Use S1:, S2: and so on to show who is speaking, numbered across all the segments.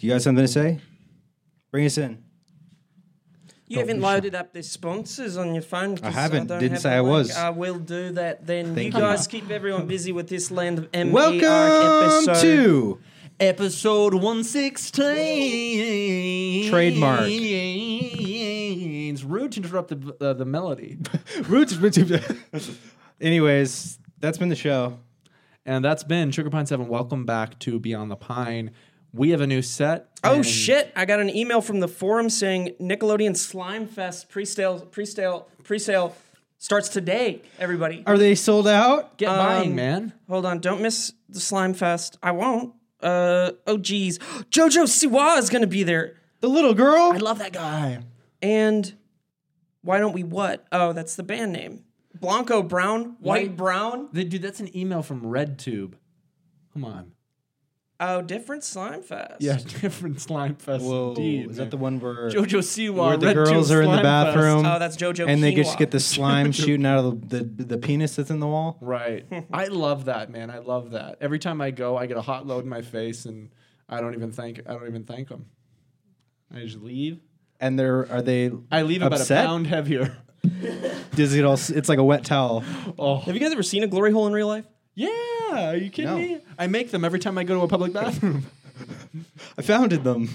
S1: you got something to say? Bring us in.
S2: You haven't loaded up their sponsors on your phone. 'cause
S1: I haven't.
S2: don't
S1: Didn't
S2: have
S1: say
S2: the
S1: I
S2: link.
S1: was.
S2: I will do that then.
S1: Thank
S2: you
S1: you.
S2: guys keep everyone busy with this land of M E R
S1: Welcome
S2: episode.
S1: to
S3: Episode 116.
S1: Trademark.
S3: It's rude to interrupt the, uh, the melody.
S1: Roots. Anyways, that's been the show.
S3: and that's been Sugar Pine 7. Welcome back to Beyond the Pine. We have a new set.
S2: Oh
S3: and-
S2: shit! I got an email from the forum saying Nickelodeon Slime Fest pre-sale, pre-sale, pre-sale starts today. Everybody,
S1: Are they sold out?
S3: Get buying, man.
S2: hold on! Don't miss the Slime Fest. I won't. Uh oh, geez, JoJo Siwa is gonna be there,
S1: The little girl?
S3: I love that guy.
S2: and why don't we what? Oh, that's the band name. Blanco Brown, White
S3: White-
S2: Brown.
S3: Th- Dude, that's an email from RedTube. Come on.
S2: Oh, different Slime Fest.
S3: Yeah, different slime fest.
S1: Whoa.
S3: indeed,
S1: is
S3: man.
S1: that the one where,
S3: JoJo Siwa?
S1: where the
S3: Red Tube
S1: girls are in the
S3: Slime Fest.
S1: bathroom?
S2: Oh, that's JoJo.
S1: and they just
S2: Quinoa.
S1: get the slime shooting out of the, the, the penis that's in the wall?
S3: Right. I love that, man. I love that. Every time I go, I get a hot load in my face and I don't even thank I don't even thank them. I just leave.
S1: And they're, are they
S3: I leave
S1: Upset?
S3: about a pound heavier.
S1: Does it all? It's like a wet towel.
S3: Oh.
S2: Have you guys ever seen a glory hole in real life?
S3: Yeah, are you kidding
S1: No.
S3: me? I make them every time I go to a public bathroom.
S1: I founded them.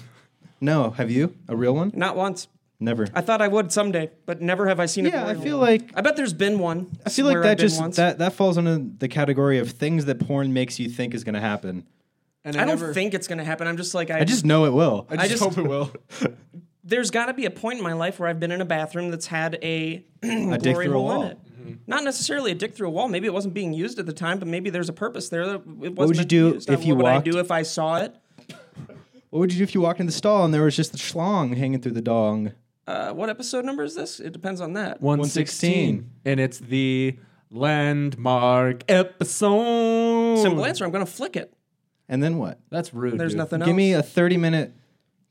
S1: No, have you? A real one?
S2: Not once.
S1: Never.
S2: I thought I would someday, but never have I seen a
S1: Yeah, I
S2: glory hole.
S1: feel like
S2: I bet there's been one.
S1: I feel like that just that that falls under the category of things that porn makes you think is going to happen.
S3: And
S2: I don't
S3: never-
S2: think it's gonna happen. I'm just like I,
S1: I just know it will.
S3: I just,
S2: just-
S3: hope it will.
S2: There's got to be a point in my life where I've been in a bathroom that's had a
S1: a dick
S2: glory
S1: through a
S2: hole
S1: wall.
S2: in it. Not necessarily a dick through a wall. Maybe it wasn't being used at the time, but maybe there's a purpose there. That it wasn't
S1: would you
S2: meant to be
S1: do
S2: used.
S1: if you
S2: What
S1: walked-
S2: would I do if I saw it?
S1: What would you do if you walked in the stall and there was just the schlong hanging through the dong?
S2: Uh, what episode number is this? It depends on that.
S3: 116. And it's the landmark episode.
S2: Simple answer. I'm gonna flick it.
S1: And then what?
S3: That's rude.
S2: There's
S3: dude.
S2: nothing else.
S1: Give me a thirty-minute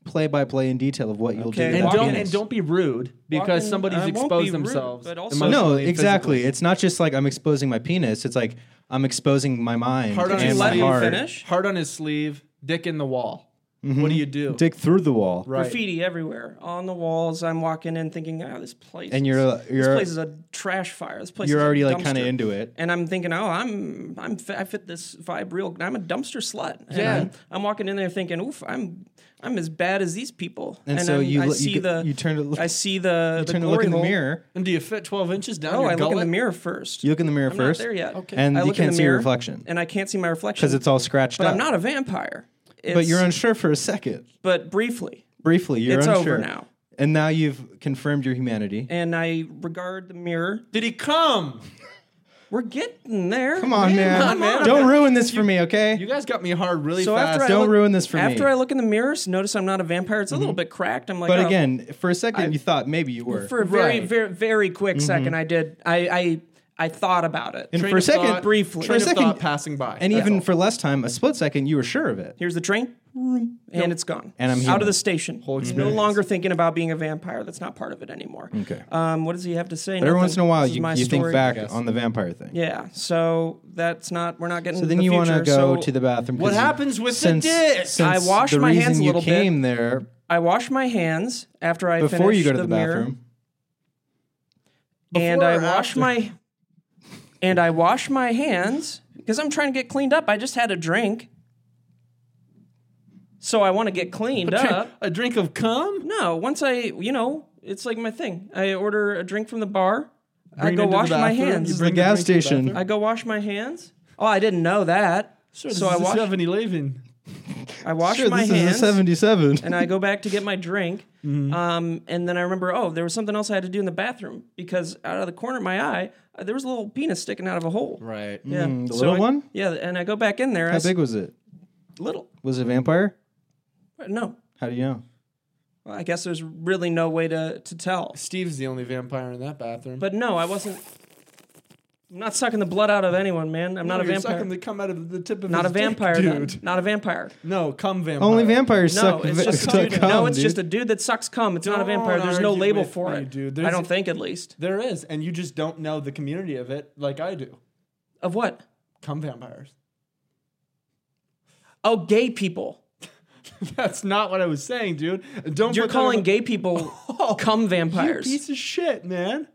S1: play-by-play in detail of what you'll
S2: Okay.
S1: do.
S3: And
S1: with
S2: Walking
S3: don't
S1: penis.
S3: and don't be rude because
S2: Walking- I
S3: somebody's
S2: won't be
S3: exposed
S2: rude,
S3: themselves.
S2: but also-
S3: emotionally
S1: no,
S3: and
S1: exactly.
S3: physically.
S1: It's not just like I'm exposing my penis. It's like I'm exposing my mind
S3: Hard on
S2: Could
S1: and
S2: you
S3: his
S1: my
S2: let me
S1: heart.
S2: finish?
S3: Heart on his sleeve, dick in the wall.
S1: Mm-hmm.
S3: What do you do?
S1: Dig through the wall.
S3: Right.
S2: Graffiti everywhere on the walls. I'm walking in thinking, oh, this place.
S1: And
S2: is-
S1: you're-
S2: this
S1: you're-
S2: place is a trash fire. This place.
S1: You're
S2: is a
S1: already like kind of
S2: dumpster.
S1: into it.
S2: and I'm thinking, oh, I'm I'm fi- I fit this vibe real. I'm a dumpster slut. And
S3: Yeah.
S2: I'm, I'm walking in there thinking, oof, I'm I'm as bad as these people.
S1: And so
S2: I'm-
S1: you
S2: I
S1: look- you
S2: see
S1: g-
S2: the
S1: you turn to look-
S2: I see the
S1: You
S2: the
S1: turn to look
S2: glory
S1: in the
S2: hole.
S1: mirror.
S3: And do you fit 12 inches down
S2: Oh,
S3: your
S2: I look in the
S3: gullet?
S2: mirror first.
S1: You look in the mirror
S2: I'm
S1: first.
S2: not there yet. Okay.
S1: And
S2: I
S1: you
S2: look in
S1: can't
S2: the
S1: see your
S2: mirror,
S1: reflection.
S2: And I can't see my reflection
S1: because it's all scratched
S2: But
S1: up.
S2: I'm not a vampire. It's,
S1: But you're unsure for a second.
S2: But briefly,
S1: Briefly, you're
S2: It's
S1: unsure.
S2: over now.
S1: And now you've confirmed your humanity.
S2: and I regard the mirror.
S3: Did he come?
S2: We're getting there.
S1: Come on, man.
S3: on, man.
S1: Don't ruin this for me, okay?
S3: You guys got me hard really
S2: So
S3: fast.
S2: after I
S1: Don't
S2: look-
S1: ruin this for
S2: After
S1: me. Mm-hmm.
S2: I look in the mirror, so notice I'm not a vampire. It's a little bit cracked. I'm like,
S1: but
S2: oh,
S1: again, for a second, you thought maybe you were.
S2: for a very,
S3: Right.
S2: very, very quick second, I did. I, I, I thought about it.
S1: Mm-hmm. and
S3: Train
S1: for a
S3: of
S1: second,
S3: thought-
S2: briefly.
S1: For a
S3: train of
S1: second,
S3: thought passing by.
S1: and
S3: That's
S1: even
S3: all.
S1: for less time, a split second, you were sure of it.
S2: Here's the train, and it's gone.
S1: And I'm
S2: out
S1: human.
S2: of the station. no
S3: experience.
S2: longer thinking about being a vampire. That's not part of it anymore.
S1: Okay.
S2: Um, what does he have to say?
S1: But every once in a while,
S2: This is
S1: you,
S2: my
S1: you think
S2: story.
S1: back on the vampire thing.
S2: Yeah. So that's not. We're not getting.
S1: So then
S2: the
S1: you
S2: want to
S1: go
S2: so
S1: to the bathroom. 'cause
S3: What
S1: you-
S3: happens with the
S1: since,
S3: dick?
S1: Since
S2: I wash
S1: the
S2: my
S1: reason
S2: hands a
S1: you
S2: little bit.
S1: came there
S2: I wash my hands after I
S1: before
S2: finish
S1: you go to
S2: the,
S1: the,
S2: mirror.
S1: bathroom.
S2: and
S3: Before
S2: I
S3: or
S2: wash
S3: after?
S2: my and I wash my hands because I'm trying to get cleaned up. I just had a drink. So I want to get cleaned
S3: Drink-
S2: up.
S3: a drink of cum?
S2: No, once I, you know, it's like my thing. I order a drink from the bar. I
S3: Bring it
S2: go
S3: into the
S2: wash my
S3: bathroom? You
S2: hands.
S3: bring
S1: The gas
S3: drink to
S1: station.
S3: bathroom?
S2: I go wash my hands. Oh, I didn't know that.
S3: Sure,
S2: so I wash,
S3: 7 Eleven.
S2: I wash
S1: Sure,
S2: my
S1: this
S2: hands.
S1: is a 77.
S2: and I go back to get my drink.
S3: Mm-hmm.
S2: Um, and then I remember, oh, there was something else I had to do in the bathroom because out of the corner of my eye, uh, there was a little penis sticking out of a hole.
S3: Right.
S2: Yeah.
S1: the little
S2: Mm, I-
S1: one?
S2: Yeah, and I go back in there. I
S1: How
S2: s-
S1: big was it?
S2: Little.
S1: Was it a vampire?
S2: No.
S1: How do you know?
S2: Well, I guess there's really no way to, to tell.
S3: Steve's the only vampire in that bathroom.
S2: But no, I wasn't. I'm not sucking the blood out of anyone, man. I'm not a
S3: You're
S2: vampire.
S3: Sucking the cum out of the tip of
S2: not a
S3: his dick,
S2: vampire,
S3: dude.
S2: Not, not a vampire.
S3: No, cum vampire.
S1: Only vampires
S2: No,
S1: suck.
S2: it's just a
S1: suck
S2: dude.
S1: cum,
S2: no, it's
S1: dude.
S2: just a dude that sucks cum. It's not a
S3: Don't
S2: vampire. There's no
S3: argue
S2: label
S3: with
S2: for
S3: me,
S2: it.
S3: dude.
S2: I
S3: There's-
S2: don't think, at least.
S3: There is, and you just don't know the community of it like I do.
S2: Of what?
S3: Cum vampires.
S2: Oh, gay people.
S3: That's not what I was saying, dude. Don't
S2: You're
S3: put that
S2: calling
S3: on- Oh.
S2: gay people cum
S3: You
S2: vampires.
S3: piece of shit, man.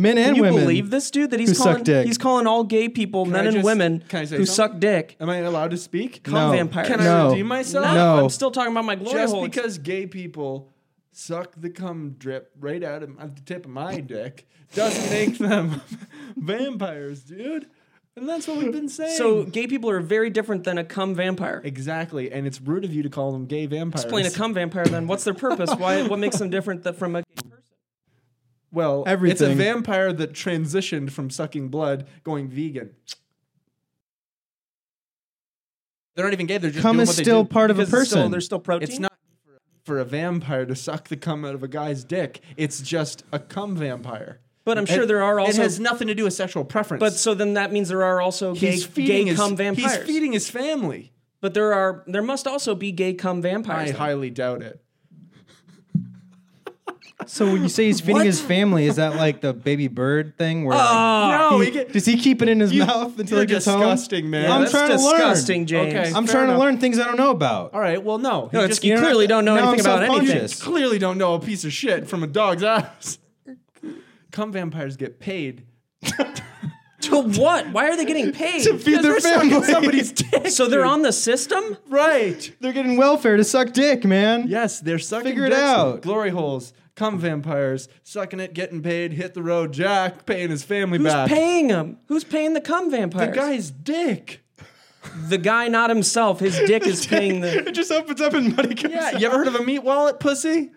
S1: Men and
S2: Can you
S1: women.
S2: believe this dude that he's
S1: who suck
S2: calling
S1: dick.
S2: he's calling all gay people, men
S3: I
S2: and
S3: just-
S2: women
S3: can I say
S2: who
S3: something?
S2: suck dick
S3: Am I allowed to speak?
S2: cum
S1: No.
S2: vampires?
S3: Can
S1: No.
S3: I redeem myself?
S2: No,
S1: No.
S2: I'm still talking about my glory
S3: Just
S2: hole.
S3: because gay people suck the cum drip right out of at the tip of my dick doesn't make them vampires, dude. And that's what we've been saying.
S2: so gay people are very different than a cum vampire.
S3: exactly, and it's rude of you to call them gay vampires.
S2: Explain a cum vampire then. What's their purpose? Why? What makes them different th- from a gay person?
S3: Well, it's a
S1: Everything.
S3: vampire that transitioned from sucking blood going vegan. They're not even gay. They're just
S1: Cum
S3: doing
S1: is
S3: what they
S1: still
S3: do.
S1: part of a
S2: Because it's still,
S1: person.
S2: there's still protein.
S3: It's not for a vampire to suck the cum out of a guy's dick. It's just a cum vampire.
S2: But I'm sure
S3: It-
S2: there are also.
S3: It has nothing to do with sexual preference.
S2: but so then that means there are also gay,
S3: he's feeding
S2: gay
S3: his,
S2: cum vampires.
S3: He's feeding his family.
S2: But there are there must also be gay cum
S3: I
S2: vampires. then.
S3: highly doubt it.
S1: So when you say he's feeding his family, is that like the baby bird thing? Where like,
S2: Ah,
S3: no,
S1: he-
S3: he get-
S1: does he keep it in his
S3: You-
S1: mouth until
S3: you're
S1: he gets
S3: disgusting,
S1: home?
S3: man.
S1: I'm
S2: that's
S1: trying to learn.
S2: disgusting, James.
S3: Okay.
S1: I'm
S3: Fair
S1: trying
S3: enough.
S1: to learn things I don't know about.
S3: All right. Well, no. He
S2: No, it's,
S3: just
S2: you
S1: know,
S2: clearly don't know
S1: now I'm
S2: anything about anything.
S1: self-conscious.
S3: clearly don't know a piece of shit from a dog's ass. cum vampires get paid.
S2: To what? Why are they getting paid?
S1: To feed their
S3: Because they're sucking
S1: family.
S3: somebody's dick.
S2: so they're on the system.
S3: right.
S1: They're getting welfare to suck dick, man.
S3: Yes, they're sucking
S1: Figure it
S3: dicks.
S1: out.
S3: Glory holes, cum vampires, sucking it, getting paid, hit the road. Jack paying his family
S2: Who's
S3: back.
S2: paying them? Who's paying the cum
S3: the
S2: vampires?
S3: guy's dick.
S2: The guy, not himself. His dick is paying the.
S1: It just opens up and money comes
S3: Yeah,
S1: out.
S3: you ever heard of a meat wallet pussy?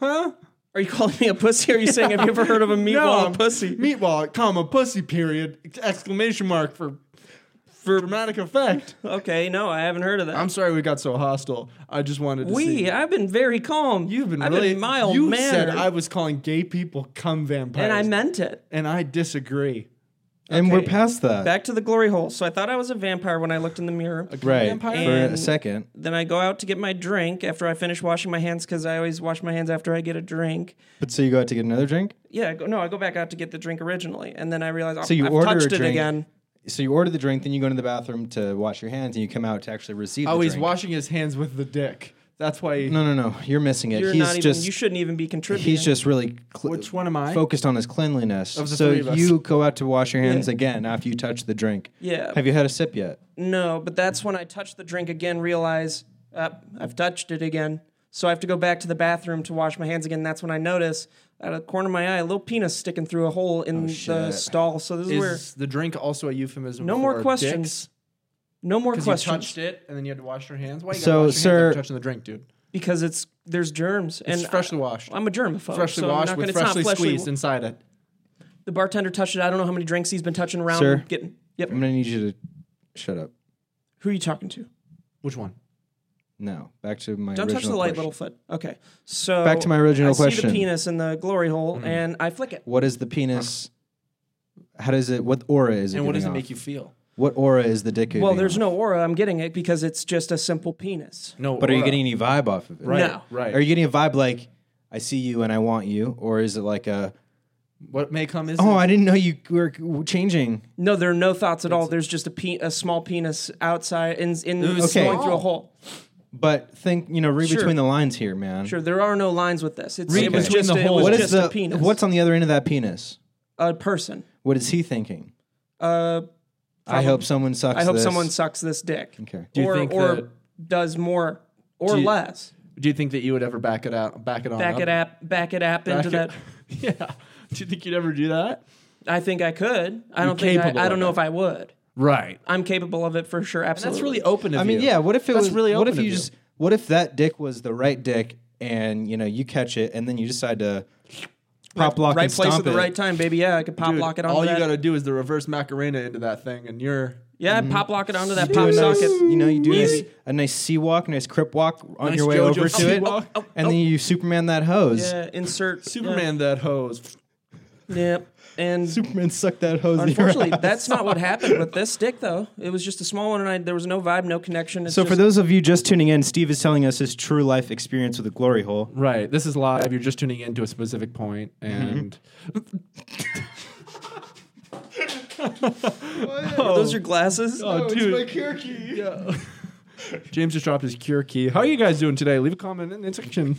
S3: Huh?
S2: Are you calling me a pussy? Are you saying have you ever heard of a meatball
S3: No,
S2: and a pussy?
S3: Meat wallet, comma, pussy, period, ex- exclamation mark for, for dramatic effect.
S2: Okay, no, I haven't heard of that.
S3: I'm sorry we got so hostile. I just wanted to see.
S2: we, I've been very calm.
S3: You've been
S2: I've
S3: really
S2: been mild
S3: You
S2: mannered,
S3: said I was calling gay people cum vampires,
S2: and I meant it.
S3: and I disagree.
S1: And we're
S2: Okay.
S1: past that.
S2: Back to the glory hole. So I thought I was a vampire when I looked in the mirror.
S1: right.
S3: Vampire?
S1: For a
S2: And-
S1: second.
S2: Then I go out to get my drink after I finish washing my hands because I always wash my hands after I get a drink.
S1: But so you go out to get another drink?
S2: Yeah, I go, no, I go back out to get the drink originally, and then I realize oh,
S1: So you
S2: I've
S1: order
S2: touched
S1: a
S2: it
S1: drink.
S2: again.
S1: So you order the drink, then you go into the bathroom to wash your hands, and you come out to actually receive
S3: Oh,
S1: the
S3: he's
S1: drink.
S3: washing his hands with the dick. That's why. He,
S1: No, no, no. You're missing it.
S2: You're
S1: he's
S2: not even.
S1: just
S2: you shouldn't even be contributing.
S1: he's just really cl-
S3: Which one am I?
S1: focused on his cleanliness.
S3: the
S1: so
S3: three of us.
S1: you go out to wash your hands again after you touch the drink.
S2: Yeah.
S1: Have you had a sip yet?
S2: No, but that's when I touch the drink again, realize uh, I've touched it again. So I have to go back to the bathroom to wash my hands again. That's when I notice out of the corner of my eye a little penis sticking through a hole in the
S1: shit.
S2: stall. So this is, where
S3: Oh, Is the drink also a euphemism?
S2: no
S3: for
S2: more
S3: dicks?
S2: questions. No more
S3: 'Cause you
S2: questions
S3: touched it, and then you had to wash your hands. Why you
S1: So,
S3: gotta wash your hands
S1: sir-
S3: after touching the drink, dude?
S2: because it's there's germs and
S3: It's freshly washed.
S2: I, am a germaphobe.
S3: freshly
S2: so I'm
S3: washed
S2: not
S3: with
S2: gonna- it's not
S3: freshly, squeezed inside it.
S2: The bartender touched it. I don't know how many drinks he's been touching around.
S1: Sir?
S2: getting yep.
S3: Mm.
S1: I'm gonna need you to shut up.
S2: Who are you talking to?
S3: Which one?
S1: No, back to my
S2: Don't
S1: original
S2: touch the light,
S1: question.
S2: little foot. Okay, so
S1: Back to my original
S2: I See
S1: question.
S2: the penis in the glory hole,
S3: Mm.
S2: and I flick it.
S1: What is the penis? How does it? What aura is it?
S3: And what does
S1: giving
S3: it
S1: off?
S3: make you feel?
S1: What aura is the dick?
S2: Well, there's no aura. I'm getting it because it's just a simple penis.
S3: No,
S1: But are you
S3: aura.
S1: getting any vibe off of it?
S3: right?
S2: No.
S3: Right.
S1: Are you getting a vibe like I see you and I want you, or is it like a
S3: what may come is
S1: oh I didn't know you were changing?
S2: No, there are no thoughts at all. There's just a pe- a small penis outside in in
S1: was
S2: going
S1: small.
S2: through a hole.
S1: But think, you know, read
S2: Sure.
S1: between the lines here, man.
S2: Sure, there are no lines with this. It's,
S3: Read
S2: it was
S3: between
S2: just a,
S3: the
S2: it
S3: holes.
S2: was
S1: What is
S2: just
S1: the
S2: a penis.
S1: what's on the other end of that penis?
S2: a person?
S1: What is he thinking?
S2: Uh,
S1: I hope someone sucks.
S2: I hope
S1: this.
S2: someone sucks this dick.
S1: Okay.
S3: Do you
S2: or
S3: think
S2: or
S3: that-
S2: does more or
S3: you- Uh-huh.
S2: less.
S3: Do you think that you would ever back it out? Back it on.
S2: Back
S3: up?
S2: it up, back it up into that.
S3: Back it- yeah. Do you think you'd ever do that?
S2: I think I could. I don't
S3: You're
S2: think I,
S3: capable
S2: I
S3: of
S2: don't know
S3: it.
S2: if I would.
S3: Right.
S2: I'm capable of it for sure. Absolutely.
S3: That's really open. Of
S1: I mean,
S3: you.
S1: yeah. What if it
S3: That's
S1: was
S3: really
S1: What
S3: open
S1: if
S3: of
S1: you just? What if that dick was the right dick, and you know you catch it, and then you decide to pop lock
S2: right
S1: and
S2: place
S1: stomp
S2: at the
S1: it.
S2: right time, baby. Yeah, I could pop
S3: Dude,
S2: lock it onto
S3: all you
S2: that.
S3: gotta Mm-hmm. do is the reverse Macarena into that thing, and you're
S2: yeah, pop lock it onto that
S1: You do
S2: pop
S1: a nice,
S2: socket.
S1: you know, you do a nice,
S2: Easy.
S1: a nice sea walk, nice crip walk on
S3: Nice
S1: your way
S3: JoJo
S1: over
S3: sea
S1: to it,
S3: walk. Oh,
S1: and then you Superman that hose.
S2: Yeah, insert
S3: Superman. That hose.
S2: Yeah, Yep. And
S1: Superman sucked that hose. in your
S2: unfortunately,
S1: ass.
S2: that's not what happened with this stick, though. It was just a small one, and I, there was no vibe, no connection. It's
S1: So,
S2: just,
S1: for those of you just tuning in, Steve is telling us his true life experience with a glory hole.
S3: Right. This is live. You're just tuning in to a specific point, and
S2: are those your glasses?
S1: Oh,
S3: dude.
S1: my key.
S3: yeah. James just dropped his cure key. How are you guys doing today? Leave a comment in the section.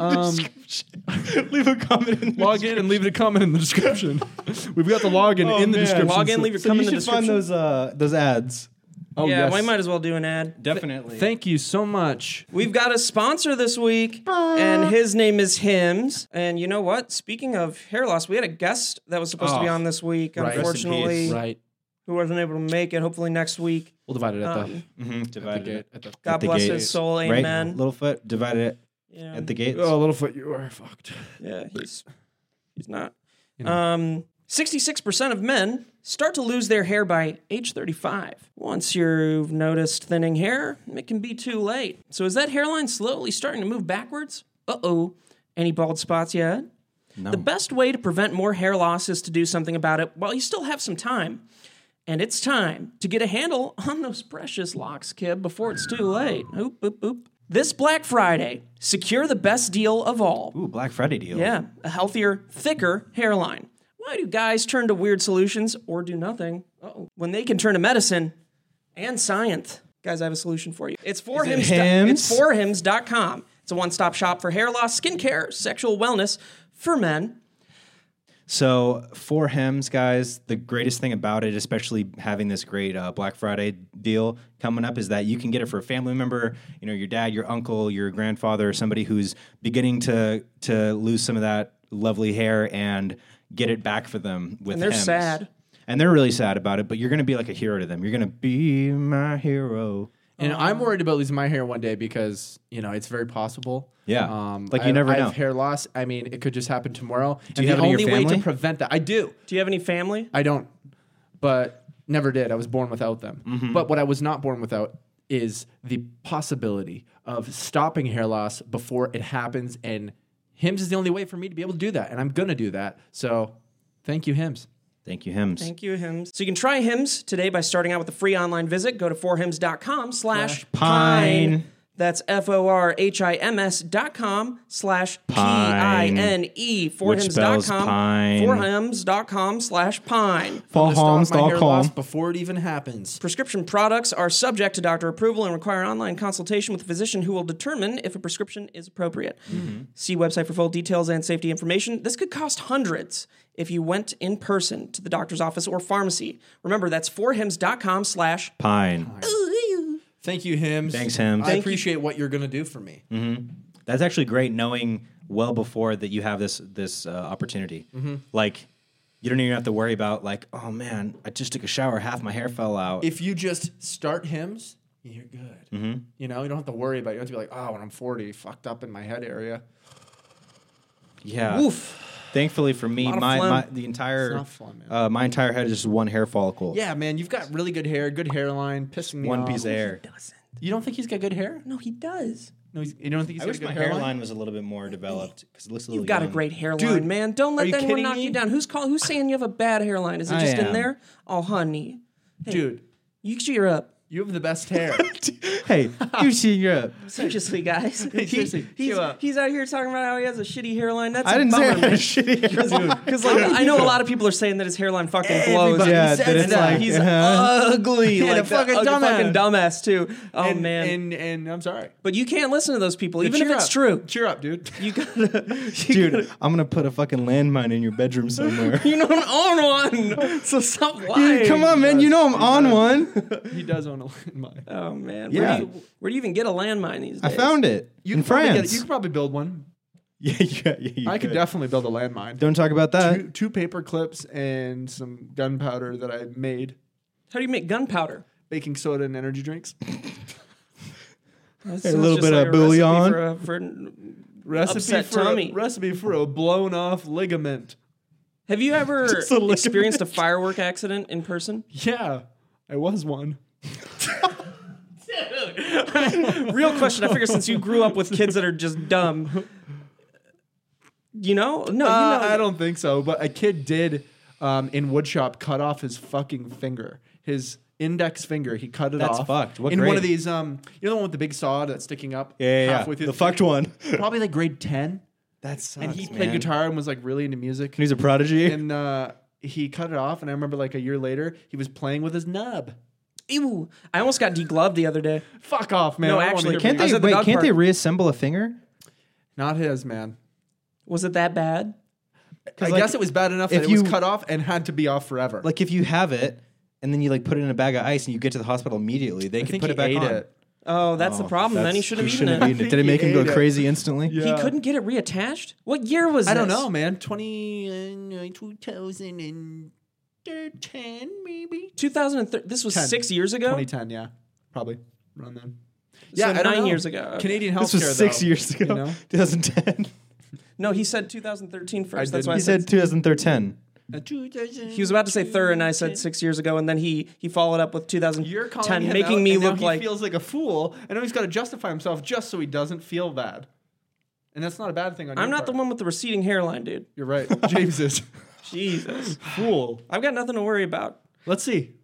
S3: Um,
S1: Leave a comment in the
S3: log in and leave a comment in the description. We've got the login
S1: Oh,
S3: in the
S1: man.
S3: description.
S2: Log in, leave your
S1: So
S2: comment
S1: you
S2: in the
S1: should find
S2: description.
S1: those uh, those ads.
S3: Oh,
S2: yeah,
S3: yes.
S2: we might as well do an ad.
S1: Definitely.
S3: Thank you so much.
S2: We've got a sponsor this week, and his name is Hims. And you know what? Speaking of hair loss, we had a guest that was supposed to be
S1: Oh,
S2: on this week,
S3: right. Rest in peace.
S2: unfortunately,
S3: Right.
S2: who wasn't able to make it. Hopefully next week.
S3: We'll divide it at the,
S2: Um,
S1: Mhm,
S3: at the
S1: divided
S3: gate.
S1: it.
S3: At the,
S2: God
S1: the
S2: bless
S1: gate.
S2: his soul.
S1: Right,
S2: Amen.
S1: Littlefoot divided it
S2: Yeah.
S1: at the gates.
S3: oh, Littlefoot, you are fucked.
S2: Yeah, he's he's not.
S3: You know.
S2: Um, sixty-six percent of men start to lose their hair by age thirty-five. Once you've noticed thinning hair, it can be too late. So is that hairline slowly starting to move backwards? Uh oh. Any bald spots yet?
S1: No.
S2: The best way to prevent more hair loss is to do something about it while you still have some time. And it's time to get a handle on those precious locks, kid, before it's too late. Oop, oop, oop. This Black Friday, secure the best deal of all.
S1: Ooh, Black Friday deal.
S2: Yeah, a healthier, thicker hairline. Why do guys turn to weird solutions or do nothing Uh-oh. when they can turn to medicine and science? Guys, I have a solution for you. It's for
S1: it
S2: hims.
S1: Hims?
S2: It's for hims.com. It's a one-stop shop for hair loss, skincare, sexual wellness for men.
S1: So for hems, guys, the greatest thing about it, especially having this great uh, Black Friday deal coming up, is that you can get it for a family member, you know, your dad, your uncle, your grandfather, somebody who's beginning to to lose some of that lovely hair and get it back for them with.
S2: And they're
S1: Hims.
S2: sad.
S1: And they're really sad about it, but you're going to be like a hero to them. You're going to be my hero.
S3: And
S1: Um,
S3: I'm worried about losing my hair one day because you know it's very possible.
S1: Yeah.
S3: um,
S1: Like, you
S3: I-
S1: never
S3: I
S1: know.
S3: have hair loss. I mean, it could just happen tomorrow. Do
S1: you
S3: and
S1: have
S3: the
S1: any in
S3: only
S1: your
S3: way to
S1: family?
S3: prevent that? I do.
S2: Do you have any family?
S3: I don't, but never did. I was born without them. But what I was not born without is the possibility of stopping hair loss before it happens. And Hims is the only way for me to be able to do that, and I'm gonna do that. So, thank you, Hims.
S1: Thank you, Hems.
S2: Thank you, Hims. So you can try Hims today by starting out with a free online visit. Go to forhims.com slash pine.
S1: Pine.
S2: That's F-O-R-H-I-M-S dot com slash
S1: Pine.
S2: P-I-N-E.
S1: spells pine.
S2: Forhims.com slash pine.
S1: For
S3: Stop my
S1: homes, dot
S3: hair
S1: com.
S3: loss before it even happens.
S2: Prescription products are subject to doctor approval and require online consultation with a physician who will determine if a prescription is appropriate. See website for full details and safety information. This could cost hundreds if you went in person to the doctor's office or pharmacy. Remember, that's forhims.com slash
S1: Pine.
S3: Thank you, Hims.
S1: Thanks, Hims.
S3: I
S1: Thank you. Mm-hmm.
S3: appreciate what you're gonna do for me.
S1: That's actually great knowing well before that you have this this uh, opportunity.
S2: Mm-hmm.
S1: Like you don't even have to worry about like, oh man, I just took a shower, half my hair fell out.
S3: if you just start hymns, you're good.
S1: Mm-hmm.
S3: You know, you don't have to worry about. It. You don't have to be like, oh, when I'm 40, fucked up in my head area.
S1: yeah.
S2: oof.
S1: Thankfully for me,
S2: Lot of
S1: my,
S2: phlegm.
S1: my the entire
S3: not phlegm, man.
S1: uh, my entire head is just one hair follicle.
S3: Yeah, man, you've got really good hair, good hairline, pissing me
S1: One
S3: off.
S1: piece of hair.
S2: Doesn't.
S3: You don't think he's got good hair?
S2: No, he does.
S3: No, he's, you don't think he's
S1: I
S3: got
S1: wish
S3: a good
S1: my hairline, was a little bit more developed because it looks a little.
S2: You've got a
S1: young.
S2: great hairline,
S3: Dude,
S2: man. Don't
S3: are
S2: let
S3: you
S2: anyone
S3: kidding
S2: knock
S3: me?
S2: you down. Who's call, Who's saying you have a bad hairline? Is it
S1: I
S2: just in
S1: am.
S2: there? Oh, honey. Hey,
S3: Dude,
S2: You cheer up.
S3: you have the best hair.
S1: Oh, hey, you seen Europe?
S2: Seriously, guys.
S3: seriously,
S2: He- he's,
S3: cheer up.
S2: he's out here talking about how he has a shitty hairline. That's
S1: I didn't say I
S2: a
S1: had a
S2: bummer.
S1: shitty hairline.
S2: Because like I know a lot of people are saying that his hairline fucking blows.
S3: Everybody
S1: Yeah,
S3: says
S1: that it's
S3: that.
S1: like
S2: He's
S1: uh-huh.
S2: ugly,
S3: And a
S2: like
S3: fucking
S2: the, dumbass.
S3: dumbass.
S2: fucking dumbass too. Oh
S3: and,
S2: man!
S3: and and I'm sorry,
S2: but you can't listen to those people, even if
S3: Cheer
S2: it's
S3: up.
S2: true.
S3: Cheer up, dude.
S2: You gotta, you
S1: dude. I'm gonna put a fucking landmine in your bedroom somewhere.
S2: you don't own one, so stop lying.
S1: Come on, man. You know I'm on one.
S3: he does own a landmine.
S2: Oh man,
S1: Yeah.
S2: where, do you, where do you even get a landmine these days?
S1: I found it in
S3: could probably get-
S1: France.
S3: you could probably build one.
S1: Yeah, yeah, yeah. you
S3: I could definitely build a landmine.
S1: Don't talk about that.
S3: Two, two paper clips and some gunpowder that I made.
S2: How do you make gunpowder?
S3: baking soda and energy drinks.
S2: That
S1: A
S2: sounds
S1: little
S2: just
S1: bit
S2: like
S1: of
S2: a recipe
S1: bouillon.
S2: For a, for,
S3: Recipe
S2: Upset
S3: for
S2: tummy.
S3: A, recipe for a blown off ligament.
S2: Have you ever
S1: a ligament.
S2: experienced a firework accident in person?
S3: Yeah, I was one.
S2: Real question. I figure since you grew up with kids that are just dumb, you know? No, you know.
S3: Uh, I don't think so, but a kid did um, in woodshop cut off his fucking finger, his index finger. He cut it
S1: That's
S3: off.
S1: fucked. What
S3: in one
S1: grade?
S3: of these, um, you know, the one with the big saw that's sticking up.
S1: Yeah, yeah,
S3: halfway
S1: yeah.
S3: through
S1: the fucked one.
S3: Probably like grade ten.
S1: That sucks.
S3: And he played guitar and was like really into music.
S1: He's a prodigy.
S3: and uh, he cut it off. And I remember like a year later, he was playing with his nub.
S2: Ew. I almost got degloved the other day.
S3: Fuck off, man.
S2: No,
S3: I don't wanna
S2: actually,
S3: hear
S1: Can't
S2: Can't
S3: about
S1: they
S2: I was
S3: it.
S2: at the
S1: wait?
S2: dog
S1: Can't they
S2: park.
S1: reassemble a finger?
S3: Not his, man.
S2: Was it that bad?
S3: I
S1: like,
S3: guess it was bad enough
S1: if
S3: that it was
S1: you-
S3: cut off and had to be off forever.
S1: Like if you have it and then you like put it in a bag of ice and you get to the hospital immediately, they
S3: I
S1: can
S3: think
S1: put
S3: he
S1: it back
S3: ate
S1: on.
S3: it.
S2: Oh, that's the problem. Then he should have eaten it.
S1: shouldn't have eaten it. Did it
S3: I
S1: make him
S3: think
S1: go
S3: he ate it.
S1: crazy instantly?
S2: He couldn't get it reattached. What year was
S3: I
S2: this?
S3: don't know, man. 20, uh, 2010, maybe?
S2: 2003. This was
S3: Ten.
S2: six years ago.
S3: 2010, yeah. Probably. Around then. Yeah, I don't
S2: nine
S3: know.
S2: years ago.
S3: Canadian healthcare,
S1: This was six
S3: though,
S1: years ago,
S3: you know?
S1: 2010.
S2: No, he said 2013 first.
S3: I
S2: That's why I
S1: He
S2: said,
S1: said 2010.
S3: Uh, 2000
S2: he was about to say third, and I said six years ago, and then he he followed up with 2010,
S3: You're calling him
S2: making
S3: out,
S2: me
S3: and now
S2: look
S3: he
S2: like
S3: feels like a fool, and now he's got to justify himself just so he doesn't feel bad. And that's not a bad thing. On
S2: I'm
S3: your
S2: not the
S3: part.
S2: one with the receding hairline, dude.
S3: You're right. James is
S2: Jesus,
S3: fool.
S2: I've got nothing to worry about.
S3: Let's see.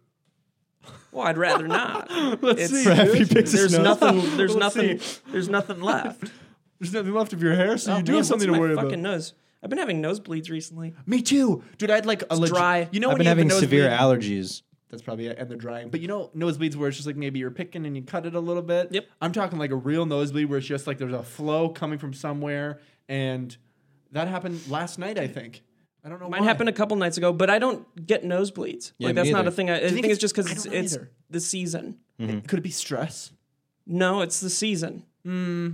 S2: Well, I'd rather not.
S3: Let's
S2: It's-
S3: see.
S1: If he
S3: dude.
S1: picks his
S2: There's
S1: nose-
S2: nothing. There's
S3: Let's
S2: nothing.
S3: see.
S2: There's nothing left.
S3: There's nothing left of your hair, so
S2: Oh,
S3: you do
S2: man,
S3: have something
S2: what's
S3: to
S2: my
S3: worry
S2: fucking
S3: about.
S2: nose. I've been having nosebleeds recently.
S3: Me too, dude. I had like a legit-
S2: dry.
S3: You know,
S1: I've
S3: when
S1: been
S3: you have a
S1: having severe
S3: nosebleed-
S1: allergies.
S3: That's probably it, and they're drying. But you know, nosebleeds where it's just like maybe you're picking and you cut it a little bit.
S2: Yep.
S3: I'm talking like a real nosebleed where it's just like there's a flow coming from somewhere, and that happened last night. I think. I don't know.
S2: Mine
S3: why.
S2: happened a couple nights ago, but I don't get nosebleeds.
S1: Yeah,
S2: like
S1: me
S2: that's not
S1: either.
S2: a thing. I, I think
S3: think
S2: it's just because
S3: it's- I
S2: it's,
S3: don't
S2: it's
S3: either.
S2: the season.
S3: Could it be stress?
S2: No, it's the season.
S1: Hmm.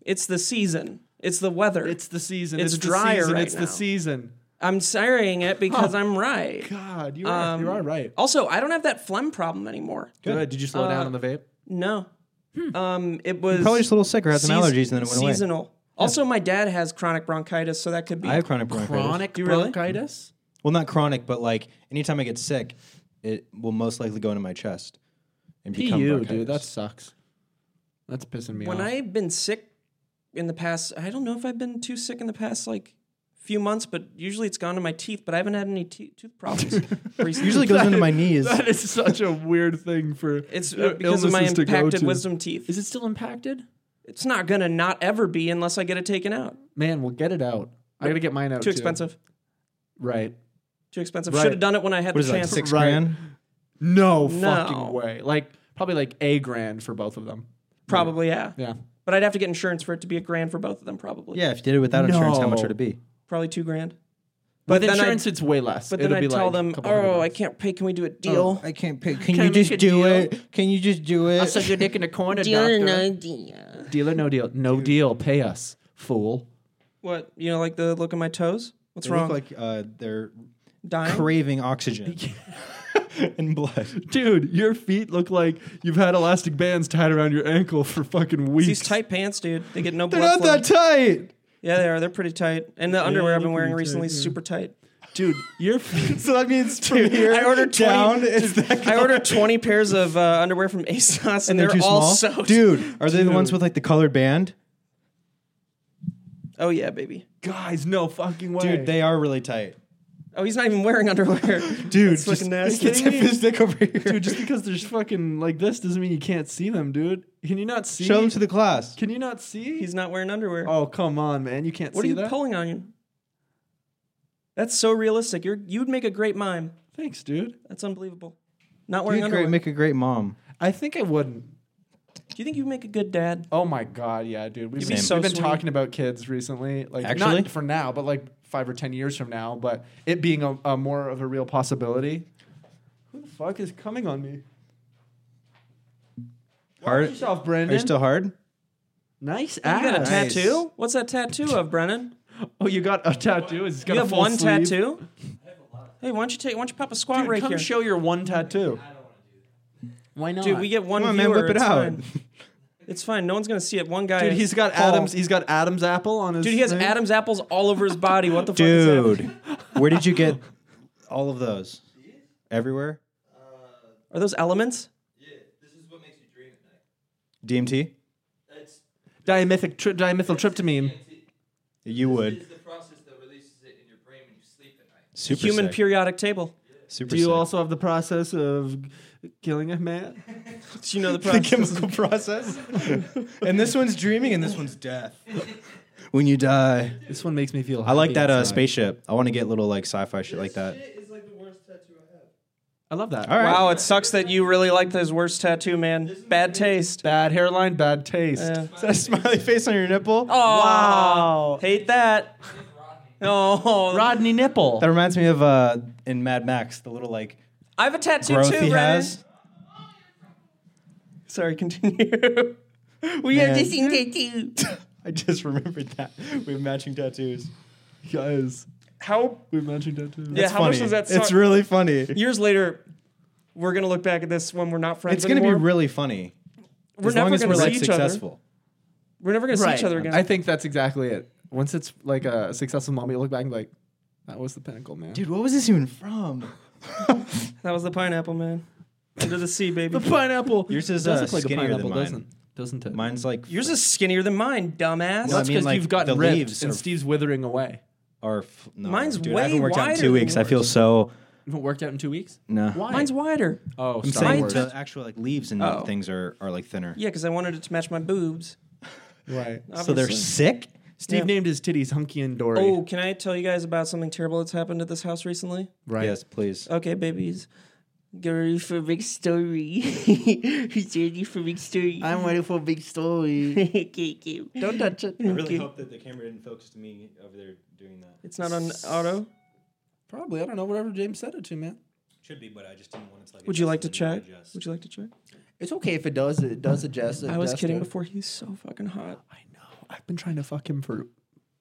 S2: It's the season. It's the weather.
S3: It's the season.
S2: It's
S3: It's,
S2: drier
S3: The season.
S2: right
S3: it's
S2: now.
S3: the season.
S2: I'm saying it because I'm right.
S3: God, you are you are right.
S2: Also, I don't have that phlegm problem anymore.
S3: Good. Did you slow down on the vape?
S2: No.
S3: Hmm.
S2: Um, it was
S1: Probably just a little sicker, had some
S2: seas-
S1: allergies, and then it went away.
S2: seasonal. Also, my dad has chronic bronchitis, so that could be.
S1: I have chronic bronchitis.
S3: Chronic
S2: you really?
S3: bronchitis.
S1: Well, not chronic, but like anytime I get sick, it will most likely go into my chest and become
S3: PU,
S1: bronchitis.
S3: dude. That sucks. That's pissing me
S2: when
S3: off.
S2: I've been sick in the past, I don't know if I've been too sick in the past like few months, but usually it's gone to my teeth. But I haven't had any te- tooth problems recently.
S1: usually goes into my knees.
S3: that is such a weird thing for
S2: it's uh, because of my
S3: illnesses to go
S2: impacted
S3: to.
S2: wisdom teeth.
S3: Is it still impacted?
S2: It's not gonna not ever be unless I get it taken out.
S3: Man, we'll get it out. I gotta get mine out.
S2: Too expensive.
S3: Right.
S2: Too expensive.
S3: Right.
S2: Should have done it when I had
S1: What
S2: the
S1: is it, like
S2: chance.
S1: six
S3: Right.
S1: grand?
S3: No,
S2: No.
S3: fucking way. Like probably like a grand for both of them.
S2: Probably yeah.
S3: Yeah.
S2: But I'd have to get insurance for it to be a grand for both of them. Probably.
S1: Yeah, if you did it without insurance, how much
S3: No.
S1: would it be?
S2: Probably two grand.
S3: But
S2: then I'd-
S3: insurance, it's way less.
S2: But then
S3: It'll
S2: I
S3: be
S2: tell
S3: like a
S2: them,
S3: couple hundred
S2: oh, I
S3: bucks. Oh,
S2: can't pay. Can we do a deal?
S1: Oh, I can't pay. Can,
S3: I
S1: you
S3: make
S1: just
S3: a
S1: do
S3: deal?
S1: it? Can you just do it?
S3: Suck your dick in a corner,
S2: idea.
S3: Deal or no deal? No deal. Pay us, fool.
S2: What you know, like the look of my toes. What's
S1: They
S2: wrong?
S1: look like uh, they're
S2: Dying.
S1: craving oxygen and blood.
S3: Dude, your feet look like you've had elastic bands tied around your ankle for fucking weeks.
S2: These tight pants, dude. They get no
S1: They're
S2: blood
S1: not
S2: flow.
S1: that tight.
S2: yeah, they are. They're pretty tight. And the underwear I've been
S3: they're
S2: wearing
S3: pretty
S2: recently
S3: tight,
S2: is
S3: yeah.
S2: super tight.
S3: Dude, your feet.
S1: So that means from here
S2: I ordered 20
S1: down. It's that
S2: I ordered 20 pairs of uh, underwear from ASOS, and,
S1: they're, too
S2: all
S1: small.
S2: soaked.
S1: Dude, are they the ones with like the colored band?
S2: Oh yeah, baby.
S3: Guys, no fucking way.
S1: Dude, they are really tight.
S2: Oh, he's not even wearing underwear.
S1: Dude,
S2: That's fucking nasty.
S1: He can tip his dick over here.
S3: Dude, just because there's fucking like this doesn't mean you can't see them, dude. Can you not see?
S1: show them to the class.
S3: Can you not see?
S2: he's not wearing underwear.
S3: oh come on, man! You can't
S2: what are
S3: see
S2: you
S3: that.
S2: pulling on you? That's so realistic. You're you'd make a great mime.
S3: Thanks, dude.
S2: That's unbelievable. Not wearing
S1: You'd
S2: underwear.
S1: great, make a great mom.
S3: I think I wouldn't.
S2: Do you think you'd make a good dad?
S3: Oh my god, yeah, dude. We've,
S2: be
S3: been-
S2: so
S3: we've been
S2: sweet.
S3: talking about kids recently, like
S1: Actually?
S3: not for now, but like five or ten years from now. But it being a, a more of a real possibility. Who the fuck is coming on me?
S1: Hard?
S3: Watch yourself,
S1: Are
S3: Brendan.
S1: you still hard?
S3: nice
S2: You
S3: ass.
S2: got a
S1: Nice.
S2: tattoo? What's that tattoo of, Brennan?
S3: Oh, you got a tattoo. It's got
S2: You
S3: a
S2: have
S3: full
S2: one
S3: sleeve.
S2: tattoo? Hey, why don't you take? Why don't you pop a squat
S3: Dude,
S2: right
S3: come
S2: here,
S3: show your one tattoo. Why not?
S2: dude? We get one
S1: Come on, man,
S2: viewer.
S1: whip it
S2: it's
S1: out.
S2: fine. It's fine. No one's gonna see it. One guy.
S3: Dude, he's got
S2: Paul.
S3: Adam's. He's got Adam's apple on his.
S2: Dude, he has
S3: thing.
S2: Adam's apples all over his body. What the fuck is happening?
S1: Dude, where did you get all of those? Everywhere?
S2: Are those elements?
S1: DMT?
S3: Dimethyl, tri- dimethyltryptamine.
S1: You would.
S4: is the process that releases it in your brain when you sleep at night.
S1: Super
S2: Human
S1: sick.
S2: periodic table.
S1: Super
S3: Do you
S1: sick.
S3: also have the process of killing a man?
S2: Do you know the
S1: the
S2: process?
S1: chemical process? and this one's dreaming and this one's death. When you die.
S3: This one makes me feel.
S1: I like that uh, spaceship. I want to get little like sci-fi shit like that.
S4: It is like the worst tattoo I have.
S3: I love that.
S1: All right.
S2: Wow, it sucks that you really like those worst tattoo, man. Bad taste.
S3: Bad hairline, bad taste.
S2: Yeah.
S1: Is that a smiley face on your nipple?
S2: Oh,
S3: Wow.
S2: Hate that. Oh,
S3: Rodney Nipple.
S1: That reminds me of uh, in Mad Max, the little like
S2: I have a tattoo
S1: growth
S2: too,
S1: he
S2: Brennan.
S1: has.
S2: Sorry, continue. we
S1: Man.
S2: have the same tattoo.
S1: I just remembered that. We have matching tattoos.
S3: Guys,
S2: How
S3: we mentioned that too.
S2: yeah,
S1: It's
S2: how
S1: funny.
S2: much does that
S1: It's
S2: suck?
S1: really funny.
S2: Years later, we're gonna look back at this when we're not friends
S1: It's going to be
S2: anymore.
S1: really funny.
S2: we're
S1: as
S2: never
S1: long as
S2: gonna
S1: we're
S2: see
S1: like
S2: each other.
S1: successful.
S2: We're never gonna see each other again.
S3: I think that's exactly it. Once it's like a successful mom, you look back and be like, that was the pinnacle, man.
S1: Dude, what was this even from?
S2: that was the pineapple man. Under the sea, baby.
S3: the pineapple.
S1: Yours is,
S3: It does
S1: uh,
S3: look like a
S1: skinnier than
S3: pineapple,
S1: mine.
S3: doesn't doesn't it?
S1: Mine's like
S2: Yours is skinnier than mine, dumbass.
S1: No, I mean,
S3: That's because
S1: like,
S3: you've gotten
S1: the
S3: ripped
S1: leaves
S3: and
S1: are-
S3: Steve's withering away.
S1: Or f- no,
S2: Mine's
S1: dude,
S2: way
S1: I haven't worked out in
S2: wider
S1: two
S2: than
S1: weeks. I feel so.
S3: You haven't worked out in two weeks.
S1: No.
S3: Why?
S2: Mine's wider.
S3: oh,
S1: I'm
S3: Star
S1: saying
S3: Wars.
S1: the actual like leaves and
S2: Oh.
S1: things are, are like thinner.
S2: Yeah, because I wanted it to match my boobs.
S3: right.
S1: so they're
S2: obviously.
S1: sick.
S3: Steve
S2: Yeah.
S3: named his titties Hunky and Dory.
S2: Oh, can I tell you guys about something terrible that's happened at this house recently?
S3: right.
S1: Yes, please.
S2: Okay, babies. Get ready for a big story. Who's ready for a big story?
S3: ready for a big story.
S2: okay, okay. Don't touch it. Okay.
S1: hope that the camera didn't focus to me over there doing that.
S2: It's not on auto.
S3: Probably. I don't know. Whatever James said it to, man.
S1: Should be, but I just didn't want it to like.
S2: Would you like to check? Would you like to check?
S3: It's okay if it does. It does adjust.
S2: I was kidding before. He's so fucking hot.
S3: I know. I've been trying to fuck him for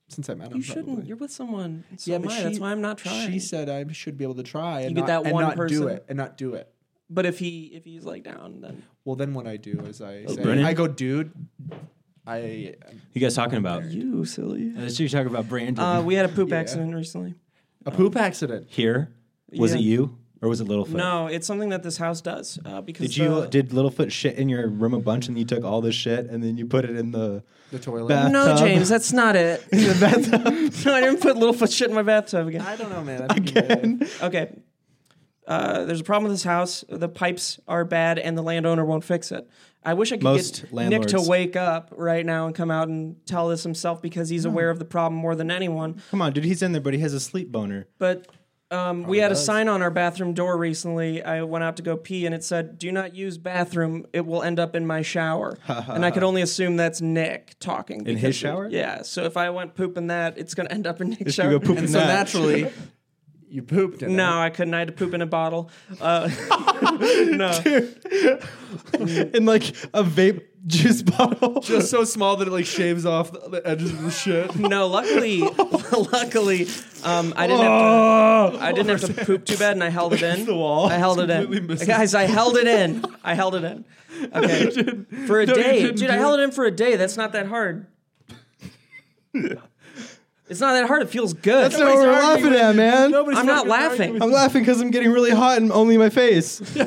S3: since I met him.
S2: You shouldn't.
S3: probably.
S2: You're with someone. So yeah, am I. Oh, that's why I'm not trying.
S3: She said I should be able to try and
S2: get
S3: not,
S2: that
S3: and
S2: one
S3: not do
S2: person.
S3: it and not do it.
S2: but if he if he's like down, then
S3: Well, then what I do is I say,
S1: Brennan?
S3: I go, dude. I
S1: You guys talking about?
S2: you silly.
S1: Let's you talk about Brandon.
S2: Uh, we had a poop
S3: Yeah.
S2: accident recently.
S3: a poop accident.
S1: Here, was
S2: Yeah.
S1: it you or was it Littlefoot?
S2: No, it's something that this house does uh, because
S1: Did you
S2: the-
S1: did Littlefoot shit in your room a bunch and you took all this shit and then you put it in the
S3: The toilet.
S1: Bath-
S2: No,
S1: bathtub?
S2: James, that's not it.
S1: the bathtub?
S2: no, I didn't put Littlefoot shit in my bathtub again.
S3: I don't know, man.
S2: Okay. Uh, there's a problem with this house. The pipes are bad, and the landowner won't fix it. I wish I could
S1: Most
S2: get Nick to
S1: landlords.
S2: wake up right now and come out and tell this himself because he's aware of the problem more than anyone.
S1: Come on, dude, he's in there, but he has a sleep boner.
S2: But um, we had a sign on our bathroom door recently. I went out to go pee, and it said, "Do not use bathroom. It will end up in my shower." and I could only assume that's Nick talking
S1: In his
S2: because-
S1: shower?
S2: Yeah. So if I went poop in that, it's going to end up in Nick's
S1: Just
S2: shower.
S1: you go poop
S3: And
S1: in
S3: so
S1: that.
S3: naturally, you pooped. In
S2: No, I couldn't. I had to poop in a bottle. Uh, no.
S1: in like a vape juice bottle.
S3: it. Just so small that it like shaves off the, the edges of the shit.
S2: No, luckily, luckily, um, I didn't have
S1: oh,
S2: to. I didn't have to poop too bad, and I held it in.
S1: the wall.
S2: I held it in,
S3: Oh, Completely misses-
S2: guys. I held it in. I held it in. Okay, for a
S3: No, you
S2: day,
S3: didn't
S2: dude.
S3: do
S2: I
S3: it.
S2: held it in for a day. That's not that hard. it's not that hard. It feels good.
S1: That's what we're laughing at, man.
S3: Nobody's
S2: I'm not
S3: fucking arguing
S2: laughing.
S1: I'm laughing because I'm getting really hot and only my face.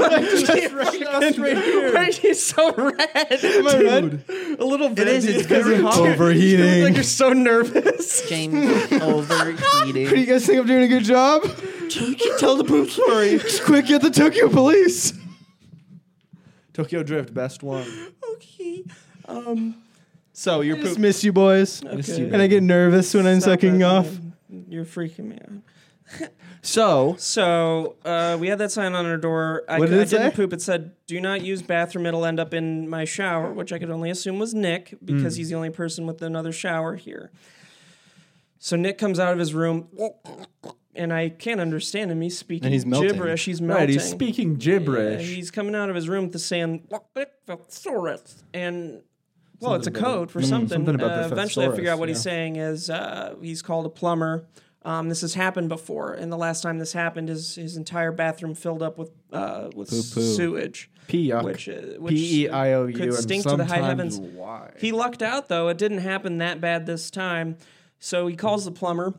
S3: with you. Right here.
S2: Why are you so red?
S1: Am I red?
S2: A little bit.
S3: is, it's 'cause
S2: very
S3: I'm
S2: hot. You look like
S1: overheating.
S2: you're so nervous.
S5: James
S1: Do
S5: overheating.
S1: you guys think I'm doing a good job?
S3: Tell the poop story.
S1: Quick, get the Tokyo police.
S3: Tokyo Drift, best one.
S2: okay. Um,
S3: So your
S1: Just
S3: poop.
S1: miss you boys.
S2: okay.
S1: And I get nervous when I'm
S2: Stop
S1: sucking
S2: it,
S1: off.
S2: man. You're freaking me out.
S3: So
S2: So uh, we had that sign on our door. I,
S1: What did
S2: I
S1: it
S2: didn't
S1: say?
S2: poop. It said, "Do not use bathroom. It'll end up in my shower," which I could only assume was Nick
S1: Hmm.
S2: because he's the only person with another shower here. So Nick comes out of his room, and I can't understand him. He's speaking
S1: And he's melting.
S2: gibberish. He's melting.
S3: right, he's speaking
S2: Yeah,
S3: gibberish.
S2: he's coming out of his room with the saying and well, it's a code for something.
S3: Mm, something about
S2: Uh,
S3: the
S2: eventually, I figure out
S3: thesaurus,
S2: what he's
S3: yeah.
S2: saying is uh, he's called a plumber. Um, this has happened before, and the last time this happened, his his entire bathroom filled up with uh, with sewage,
S3: Pee yuck.
S2: which uh, which
S3: P e i o u
S2: could
S3: and
S2: stink to the high
S3: sometimes
S2: heavens.
S3: Why?
S2: He lucked out though; it didn't happen that bad this time. So he calls the plumber.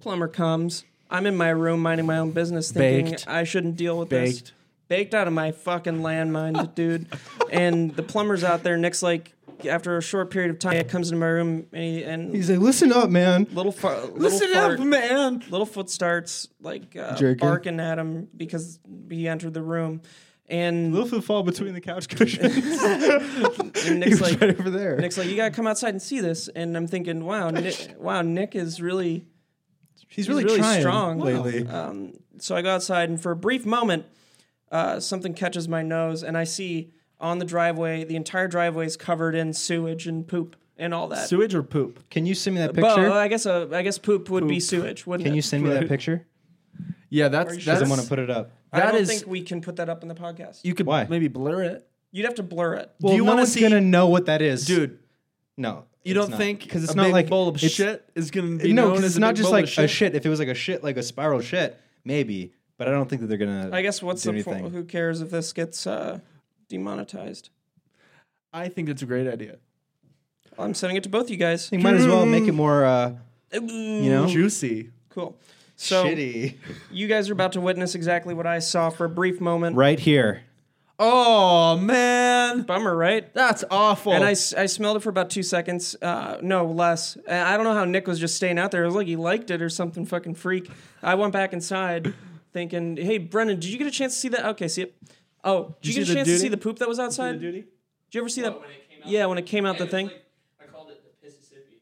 S2: Plumber comes. I'm in my room minding my own business, thinking
S3: Baked.
S2: I shouldn't deal with this
S3: Baked.
S2: baked out of my fucking landmine, dude. And the plumber's out there. Nick's like, after a short period of time, comes into my room and, he, and
S1: He's like, listen up, man.
S2: little far, little
S3: Listen
S2: fart,
S3: up, man.
S2: Littlefoot starts like uh,
S1: Jerking.
S2: barking at him because he entered the room, and,
S1: Littlefoot fall between the couch cushions.
S2: and
S1: He's
S2: Nick's
S1: like,
S2: like,
S1: right over there.
S2: Nick's like, you gotta come outside and see this. And I'm thinking, wow, Nick, wow, Nick is really
S1: She's
S2: He's
S1: really,
S2: really
S1: trying
S2: strong.
S1: lately. Uh,
S2: Um, so I go outside, and for a brief moment, uh, something catches my nose, and I see on the driveway the entire driveway is covered in sewage and poop and all that.
S3: Sewage or poop?
S1: Can you send me that
S2: Well,
S1: picture?
S2: I guess uh, I guess poop would be sewage, wouldn't
S1: Can
S2: it?
S1: you send me that picture?
S3: Yeah, that's
S2: you sure?
S3: that's.
S1: Because I'm gonna put it up.
S2: I
S3: that
S2: don't
S3: is-
S2: think we can put that up in the podcast.
S3: you could
S1: Why?
S3: maybe blur it,
S2: You'd have to blur it.
S1: Well,
S3: you
S1: no
S3: wanna
S1: one's
S3: see-
S1: gonna know what that is,
S3: dude.
S1: No,
S3: You
S1: it's
S3: don't
S1: not.
S3: think
S1: because it's
S3: a
S1: not
S3: big
S1: like
S3: bowl of
S1: it's-
S3: shit is gonna be
S1: No,
S3: known
S1: because
S3: as
S1: it's
S3: a
S1: not
S3: big
S1: just
S3: bowl
S1: like
S3: of shit.
S1: a shit. If it was like a shit, like a spiral shit, maybe. But I don't think that they're gonna.
S2: I guess what's
S1: do
S2: the
S1: anything.
S2: point? Who cares if this gets uh, demonetized?
S3: I think it's a great idea.
S2: Well, I'm sending it to both you guys.
S1: you might as well make it more, uh, you
S3: Oh.
S1: know,
S3: Juicy.
S2: Cool. So
S1: shitty.
S2: you guys are about to witness exactly what I saw for a brief moment.
S1: Right here.
S3: Oh man,
S2: Bummer, right?
S3: that's awful.
S2: And I, s- I smelled it for about two seconds, uh, no less. And I don't know how Nick was just staying out there. It was like he liked it or something fucking freak. I went back inside thinking, hey, Brennan, did you get a chance to see that? Okay, see it. Oh, did you,
S3: you
S2: get
S3: see
S2: a
S3: the
S2: chance to
S3: duty?
S2: see the poop that was outside? Did
S3: duty.
S2: you ever see that?
S4: Oh, When it came out,
S2: Yeah, when it came out the
S4: it was
S2: thing.
S4: like- I called it the Pississippi.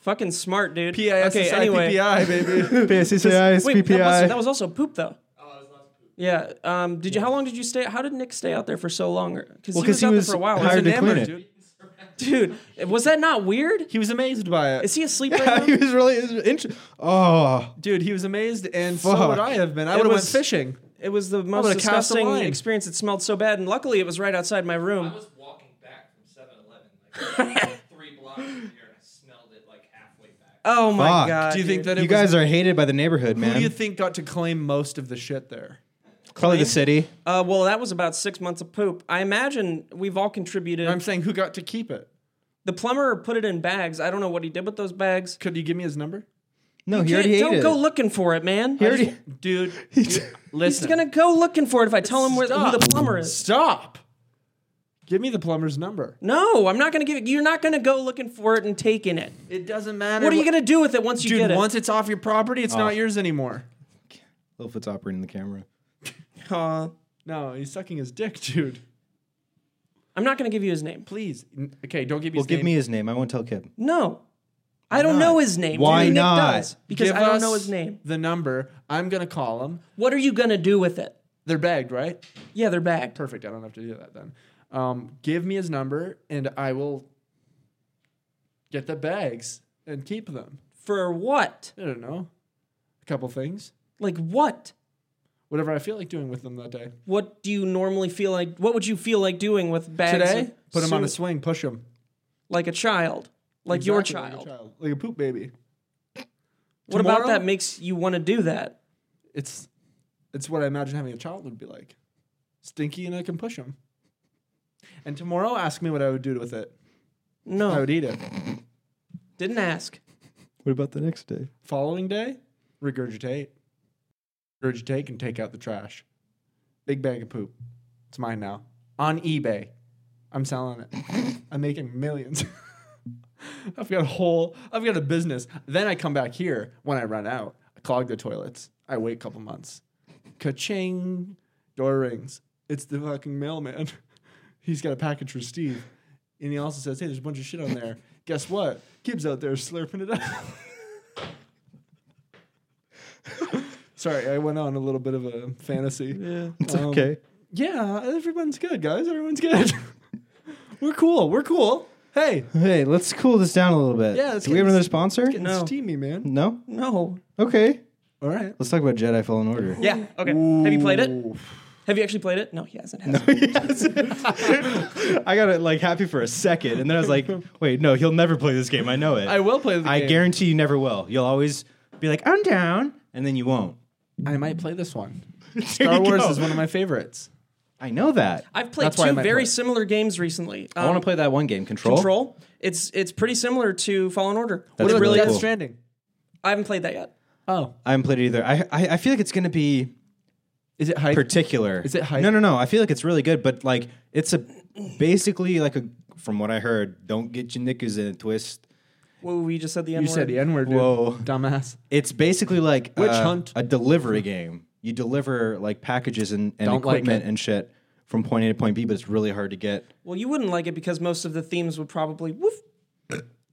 S2: Fucking smart, dude. Okay, anyway.
S3: P-I-S-S-I-P-P-I, baby.
S2: Wait, that, was, that was also poop, though.
S4: Oh, I was lost of poop.
S2: Yeah. Um, did you? How long did you stay? How did Nick stay out there for so long? Because
S1: Well,
S2: he was out there for a while.
S1: hired
S2: wasn't
S1: to clean
S3: enamored,
S1: it.
S3: dude.
S2: he? dude, was that not weird?
S3: He was amazed by it.
S2: Is he asleep right
S1: he
S2: now?
S1: was really it was int- Oh,
S3: Dude, he was amazed, and so
S1: Fuck.
S3: would I have been. I
S2: It
S3: would have went
S2: was-
S3: fishing.
S2: It was the most
S3: would've cast a
S2: disgusting
S3: line.
S2: experience. It smelled so bad, and luckily it was right outside my room.
S4: I was walking back from 7-Eleven, like three blocks from here, and I smelled it like halfway back.
S2: Oh my
S1: Fuck.
S2: god!
S3: Do you think
S2: dude.
S3: that it
S1: you
S3: was,
S1: guys are hated by the neighborhood,
S3: Who
S1: man.
S3: do you think got to claim most of the shit there?
S1: Probably the city.
S2: Uh, well, that was about six months of poop. I imagine we've all contributed.
S3: I'm saying who got to keep it.
S2: the plumber put it in bags. I don't know what he did with those bags.
S3: Could you give me his number,
S1: No, he
S2: Can't-
S1: already
S2: don't
S1: ate
S2: go
S1: it.
S2: looking for it, man.
S1: He already-
S3: dude? dude
S2: He's
S3: listen,
S2: gonna go looking for it if I tell him where, who the
S3: Stop.
S2: plumber is.
S3: stop. Give me the plumber's number.
S2: No, I'm not gonna give it. You're not gonna go looking for it and taking it.
S3: It doesn't matter.
S2: What are you gonna do with it once you
S3: Dude,
S2: get it?
S3: once it's off your property, it's not yours anymore.
S1: Littlefoot's operating the camera.
S2: Aw.
S3: No, he's sucking his dick, dude.
S2: I'm not gonna give you his name.
S3: Please, N- okay, don't give me.
S1: Well,
S3: his
S1: give
S3: name.
S1: me his name. I won't tell Kib.
S2: No, I don't
S3: not?
S2: know his name.
S1: Why
S2: Maybe Nick
S1: not?
S2: does, because
S3: Give
S2: I don't
S3: us
S2: know his name.
S3: The number. I'm gonna call him.
S2: What are you gonna do with it?
S3: They're bagged, right?
S2: Yeah, they're bagged.
S3: Perfect. I don't have to do that then. Um, give me his number, and I will get the bags and keep them.
S2: For what?
S3: I don't know, a couple things,
S2: Like what?
S3: whatever I feel like doing with them that day.
S2: What do you normally feel like? What would you feel like doing with bags?
S3: Today,
S2: of
S3: put him on a
S2: soup?
S3: swing, push him,
S2: like a child, like your
S3: Exactly,
S2: child.
S3: like a child, like a poop baby.
S2: What about
S3: Tomorrow-
S2: that makes you want to do that?
S3: It's it's what I imagine having a child would be like, stinky, and I can push him. And tomorrow, ask me what I would do with it. I
S2: No,
S3: would eat it.
S2: didn't ask.
S1: What about the next day?
S3: Following day, regurgitate. Regurgitate and take out the trash. Big bag of poop. It's mine now. On eBay. I'm selling it. I'm making millions. I've got a whole I've got a business. Then I come back here when I run out. I clog the toilets. I wait a couple months. Ka-ching. Door rings. It's the fucking mailman. He's got a package for Steve. And he also says, Hey, there's a bunch of shit on there. Guess what? Gibbs out there slurping it up. Sorry, I went on a little bit of a fantasy. Yeah.
S1: It's okay.
S3: Yeah, everyone's good, guys. Everyone's good. We're cool. We're cool. Hey,
S1: Hey, let's cool this down a little bit.
S3: Yeah, let's
S1: do we
S3: get
S1: have
S3: this-
S1: another sponsor?
S3: getting
S2: No.
S3: steamy, man.
S1: No.
S2: No.
S1: Okay.
S3: All right.
S1: Let's talk about Jedi Fallen Order.
S2: Yeah. Okay. Have you played it? Have you actually played it? No, he hasn't. has he?
S1: I got it like happy for a second, and then I was like, "Wait, no, he'll never play this game. I know it.
S3: I will play the
S1: I
S3: game.
S1: guarantee you never will. You'll always be like, I'm down, and then you won't.
S3: I might play this one.
S1: There
S3: Star
S1: you
S3: Wars
S1: go.
S3: is one of my favorites.
S1: I know that. I,
S2: I've played
S3: That's why I
S2: two
S3: might
S2: very
S3: play it.
S2: similar games recently. Um,
S1: want to play that one game, Control.
S2: Control. It's it's pretty similar to Fallen Order.
S1: That's
S2: What
S1: really
S2: it really
S3: Death
S1: cool.
S2: is.
S3: Stranding?
S2: I haven't played that yet.
S3: Oh,
S1: I haven't played it either. I I, I feel like it's gonna be
S3: is it hype?
S1: particular.
S3: Is it hype?
S1: No, no, no. I feel like it's really good, but like it's a basically like a from what I heard. Don't get your knickers in a twist.
S2: Whoa, we just said the
S3: you
S2: N-word.
S3: said the N word, dude.
S1: Whoa.
S3: Dumbass.
S1: It's basically like
S3: Witch
S1: uh,
S3: hunt.
S1: a delivery game. You deliver like packages and, and
S3: Don't like
S1: equipment
S3: it.
S1: and shit from point A to point B, but it's really hard to get.
S2: Well, you wouldn't like it because most of the themes would probably woof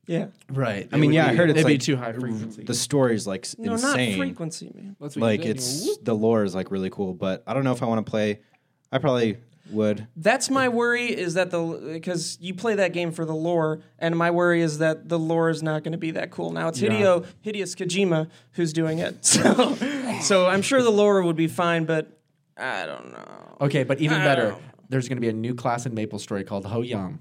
S2: Yeah.
S3: Right.
S1: I mean, yeah, I heard it's
S3: it'd be
S1: like-
S3: too high frequency.
S1: The story's like s-
S2: No, not
S1: insane.
S2: frequency, man.
S3: That's what you
S1: Like
S3: did.
S1: it's the lore is like really cool, but I don't know if I want to play. I probably would.
S2: That's my worry is that the because you play that game for the lore, and my worry is that the lore is not going to be that cool. Now it's Hideo Hideous Kojima who's doing it, so so I'm sure the lore would be fine, but I don't know.
S3: Okay, but even better, there's going to be a new class in MapleStory called Ho Young,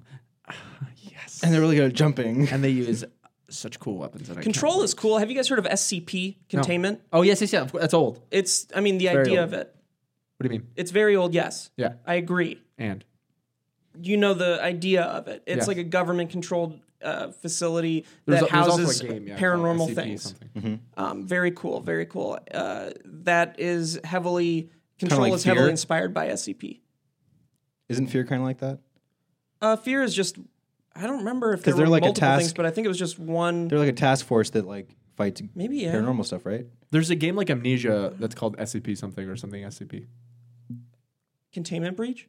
S1: And they're really good at jumping.
S3: and they use such cool weapons. That I can't-
S2: Control is cool. Have you guys heard of SCP containment?
S3: Oh yes, yes, yeah. of course, That's old. What
S2: It's I mean the
S3: Very
S2: idea
S3: old.
S2: of it.
S3: do you mean?
S2: It's very old. Yes,
S3: Yeah.
S2: I agree.
S3: And
S2: You know the idea of it. It's
S3: Yes.
S2: like a government controlled. Uh, facility
S3: There's
S2: that
S3: a- there's also a
S2: houses
S3: game, yeah, called
S2: paranormal
S3: SCP
S2: things.
S3: something. Mm-hmm.
S2: Um, very cool, very cool. Uh, that is heavily control
S1: like
S2: is heavily
S1: Fear?
S2: inspired by SCP.
S1: Isn't fear kind of like that?
S2: Uh, fear is just I don't remember if there
S1: they're
S2: were
S1: like a
S2: multiple things,
S1: task-
S2: but I think it was just one.
S1: They're like a task force that like fights
S2: Maybe, yeah.
S1: paranormal stuff, right?
S3: There's a game like Amnesia that's called SCP something or something SCP.
S2: containment breach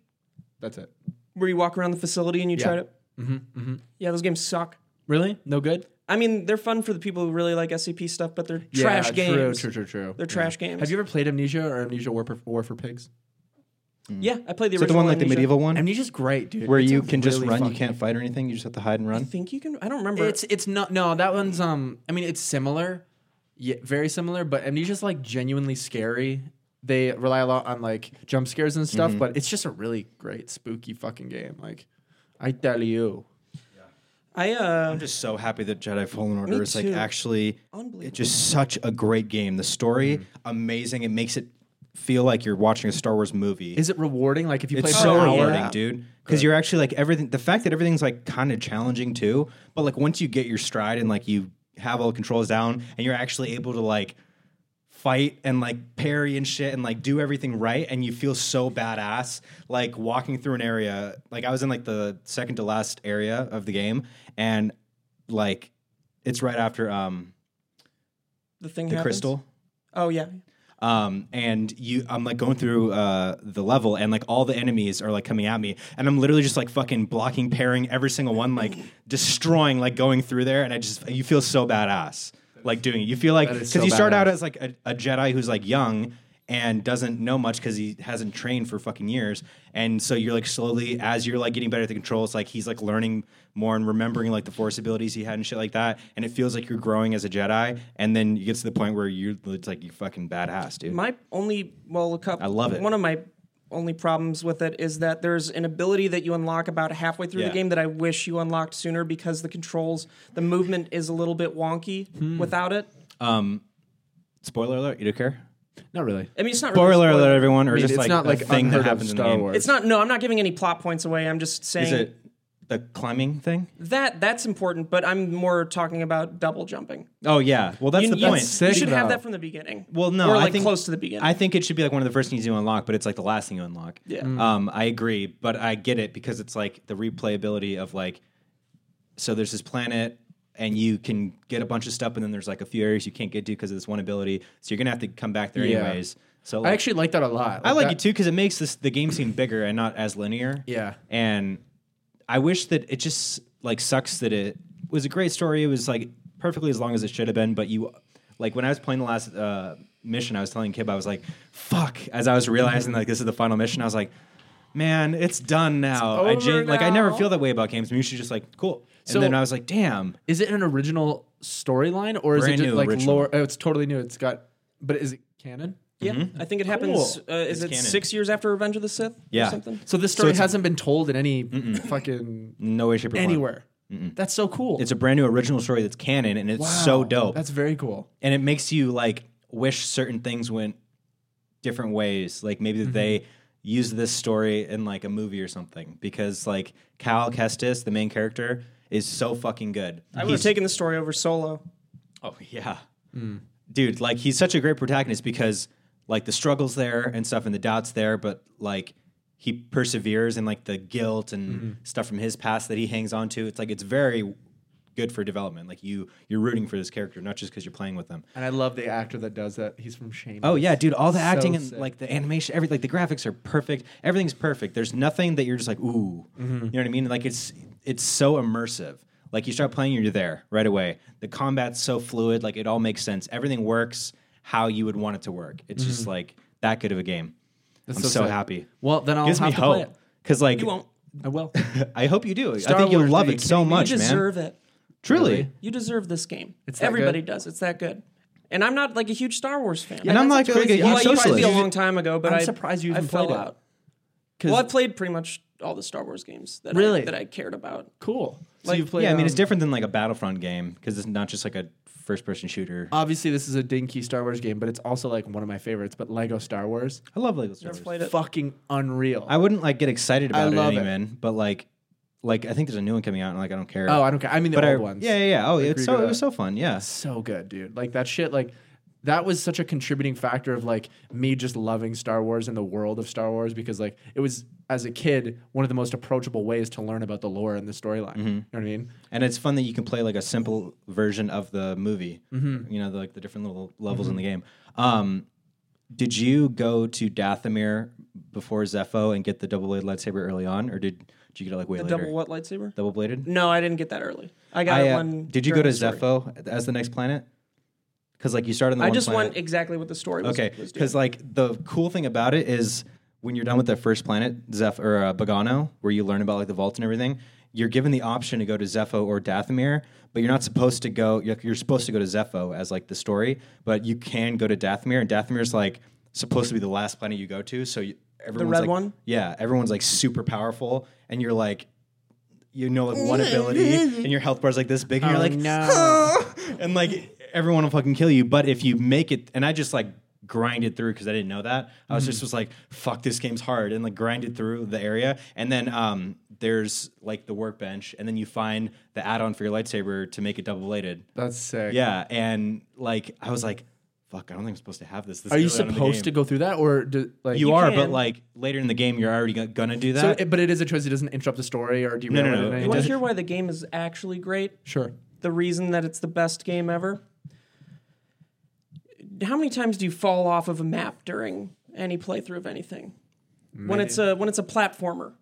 S3: That's it.
S2: where you walk around the facility and you try to. Mm-hmm, Yeah, those games suck.
S3: Really? No good.
S2: I mean, they're fun for the people who really like SCP stuff, but they're
S3: Yeah,
S2: trash
S3: true,
S2: games.
S3: True, true, true.
S2: They're trash games.
S3: Have you ever played Amnesia or Amnesia War for, War for Pigs?
S2: Yeah, I played the
S1: Is that the
S2: original
S1: one like the
S2: Amnesia.
S1: medieval one
S3: Amnesia's great, dude.
S1: where
S3: It's
S1: you
S3: a
S1: can just
S3: really
S1: run?
S3: fun
S1: You can't fight or anything. You just have to hide and
S2: I
S1: run.
S2: think you can. I don't remember.
S3: It's it's not no that one's um I mean it's similar, yeah, very similar, but Amnesia's like genuinely scary. They rely a lot on like jump scares and
S1: Mm-hmm.
S3: stuff, but it's just a really great spooky fucking game. Like, I tell you,
S2: I uh.
S1: I'm just so happy that Jedi Fallen Order
S2: Me
S1: is like
S2: too.
S1: actually
S2: Unbelievable.
S1: it's just such a great game. The story amazing. It makes it feel like you're watching a Star Wars movie.
S3: is it rewarding? Like if you play
S1: it's
S3: for
S1: so
S3: an hour,
S1: rewarding, dude. Because you're actually like everything. The fact that everything's like kind of challenging too, but like once you get your stride and like you have all the controls down, and you're actually able to like fight and like parry and shit and like do everything right, and you feel so badass. Like walking through an area, like I was in like the second to last area of the game, and like it's right after um
S2: The thing.
S1: the crystal.
S2: Oh yeah.
S1: Um, and you, I'm like going through uh, the level, and like all the enemies are like coming at me, and I'm literally just like fucking blocking, parrying every single one, like destroying, like going through there, and I just you feel so badass, like doing it. You feel like
S3: That is
S1: because
S3: so
S1: you start out
S3: badass.
S1: as like a, a Jedi who's like young and doesn't know much because he hasn't trained for fucking years, and so you're like slowly as you're like getting better at the controls, like he's like learning more and remembering like the force abilities he had and shit like that, and it feels like you're growing as a Jedi, and then you get to the point where you're it's like you fucking badass, dude.
S2: My only well, a couple.
S1: I love it.
S2: One of my only problems with it is that there's an ability that you unlock about halfway through
S1: Yeah.
S2: the game that I wish you unlocked sooner because the controls, the movement is a little bit wonky
S1: Hmm.
S2: without it.
S1: Um, Spoiler alert, you don't care?
S3: not really.
S2: I mean, it's not really
S1: Spoiler
S2: a
S1: alert, everyone, or
S3: I mean,
S1: just
S3: it's
S1: like
S3: not
S1: a
S3: like
S1: thing
S3: unheard
S1: that
S3: of
S1: happens in the
S3: Star
S1: game.
S3: Wars.
S2: It's not. No, I'm not giving any plot points away. I'm just saying
S1: Is it the climbing thing?
S2: that that's important, but I'm more talking about double jumping.
S1: Oh yeah. Well, that's
S2: you,
S1: the
S2: you-
S1: point.
S2: You
S3: Sick,
S2: should have
S3: though.
S2: that from the beginning.
S1: Well, no,
S2: or
S1: I
S2: like
S1: think
S2: close to the beginning.
S1: I think it should be like one of the first things you unlock, but it's like the last thing you unlock.
S2: Yeah.
S3: Mm.
S1: Um, I agree, but I get it because it's like the replayability of like, so there's this planet. And you can get a bunch of stuff, and then there's like a few areas you can't get to because of this one ability. So you're gonna have to come back there
S3: Yeah.
S1: anyways. So
S3: I
S1: like,
S3: actually like that a lot.
S1: I like
S3: that-
S1: it too because it makes this the game seem bigger and not as linear.
S3: Yeah.
S1: And I wish that it just like sucks that it was a great story. It was like perfectly as long as it should have been, but you like when I was playing the last uh, mission, I was telling Kib I was like, "Fuck!" As I was realizing like this is the final mission, I was like, "Man, it's done now." I
S3: over
S1: gen- like I never
S3: now.
S1: feel that way about games. I'm usually just like, "Cool." And
S3: So-
S1: then I was like, "Damn."
S3: Is it an original storyline or is
S1: Brand
S3: it just
S1: new
S3: like
S1: original.
S3: lore? Oh, it's totally new. It's got, but is it canon?
S2: yeah, I think it happens. Uh, is
S1: mm-hmm. It's
S2: it
S1: canon.
S2: six years after Revenge of the Sith?
S1: Yeah.
S2: Or something?
S3: So this story
S1: it's-
S3: hasn't been told in any fucking
S1: No way, shape, or form.
S3: anywhere. That's so cool.
S1: It's a brand new original story that's canon, and it's so
S3: Wow,
S1: dope.
S3: That's very cool.
S1: and it makes you like wish certain things went different ways like maybe that they use this story in like a movie or something because like cal kestis the main character is so fucking good
S2: I would have taken the story over solo.
S1: oh yeah dude like he's such a great protagonist because like the struggles there and stuff and the doubts there but like he perseveres and like the guilt and stuff from his past that he hangs on to it's like it's very good for development like you you're rooting for this character not just because you're playing with them
S3: And I love the actor that does that. He's from Shameless.
S1: Oh yeah, dude! All the
S3: So
S1: acting and
S3: sick.
S1: like the animation, every like the graphics are perfect.
S3: Mm-hmm.
S1: Everything's perfect. There's nothing that you're just like, ooh, you know what I mean? Like it's it's so immersive. Like you start playing, you're there right away. The combat's so fluid, like it all makes sense. Everything works how you would want it to work. It's
S3: Mm-hmm.
S1: just like that good of a game. I'm so,
S3: sad.
S1: happy.
S3: Well, then I'll
S1: gives
S3: have
S1: me
S3: to play
S1: hope
S3: it.
S1: because like
S2: You won't.
S3: I will.
S1: I hope you do. I
S3: Star
S1: think you'll
S3: Wars,
S1: love
S3: are you
S1: it so
S3: kidding me?
S1: much,
S2: you
S1: man.
S2: deserve it.
S1: Truly.
S3: Really?
S2: You deserve this game.
S3: It's that
S2: Everybody
S3: good?
S2: does. It's that good. And I'm not like a huge Star Wars fan.
S1: And I'm
S3: that's
S1: like,
S3: what's
S1: like a
S3: crazy.
S1: huge
S3: I'm
S2: well, I used to be a
S1: socialist.
S2: long time ago, but
S3: I'm
S2: I-
S3: surprised you
S2: I
S3: even
S2: fell
S3: played it.
S2: out.
S3: 'Cause-
S2: Well, I played pretty much all the Star Wars games that
S3: Really?
S2: I, that I cared about.
S3: cool. So
S2: Like-
S3: you've played.
S1: yeah, I mean, it's
S3: um,
S1: different than like a Battlefront game because it's not just like a first person shooter.
S3: Obviously, this is a dinky Star Wars game, but it's also like one of my favorites. But Lego Star Wars,
S1: I love Lego Star Wars.
S2: Played it.
S3: fucking unreal.
S1: I wouldn't like get excited
S3: I
S1: about it,
S3: love
S1: any
S3: it.
S1: man, but like, like I think there's a new one coming out, and like I don't care.
S3: oh, I don't care. I mean, the
S1: but
S3: old
S1: I,
S3: ones.
S1: Yeah, yeah, yeah. Oh, it's
S3: agree
S1: so
S3: to
S1: it was
S3: that.
S1: so fun. Yeah,
S3: so good, dude. Like that shit, like that was such a contributing factor of like me just loving Star Wars and the world of Star Wars because like it was as a kid one of the most approachable ways to learn about the lore and the storyline.
S1: Mm-hmm.
S3: You know what I mean?
S1: and it's fun that you can play like a simple version of the movie. You know, the, like the different little levels in the game. Um, did you go to Dathomir before Zepho and get the double bladed lightsaber early on, or did, did you get it like way later?
S2: Double what lightsaber?
S1: double bladed.
S2: No, I didn't get that early. I got
S1: I, uh,
S2: one.
S1: did you go to
S2: during the story.
S1: Zepho as the next planet? Because like you start on the
S2: I
S1: one
S2: just
S1: planet.
S2: won exactly what the story was.
S1: Okay,
S2: was doing.
S1: because like the cool thing about it is when you're done with the first planet, Zeph or uh, Bogano, where you learn about like the vaults and everything, you're given the option to go to Zepho or Dathomir, but you're not supposed to go. You're, you're supposed to go to Zepho as like the story, but you can go to Dathomir, and Dathomir's like supposed to be the last planet you go to. So you, everyone's
S2: red
S1: like,
S2: one?
S1: yeah, everyone's like super powerful, and you're like. You know, like one ability, and your health bar's like this big, and
S3: Um,
S2: Oh,
S1: you're like, and like everyone will fucking kill you. But if you make it, and I just like grinded through because I didn't know that. I was just was like, fuck, this game's hard, and like grinded through the area. And then um, there's like the workbench, and then you find the add-on for your lightsaber to make it double bladed.
S3: That's sick.
S1: Yeah, and like I was like, fuck, I don't think I'm supposed to have this. this
S3: Are you
S1: early on in the
S3: supposed to
S1: game.
S3: go through that or do, like
S1: You, are, but
S2: can.
S1: like later in the game, you're already go- gonna do
S3: So,
S1: that.
S3: it, but it is a choice. It doesn't interrupt the story or do you
S1: no, no. It
S2: You want to
S1: doesn't-
S2: hear why the game is actually great?
S3: Sure.
S2: The reason that it's the best game ever? How many times do you fall off of a map during any playthrough of anything? When it's a when it's a platformer,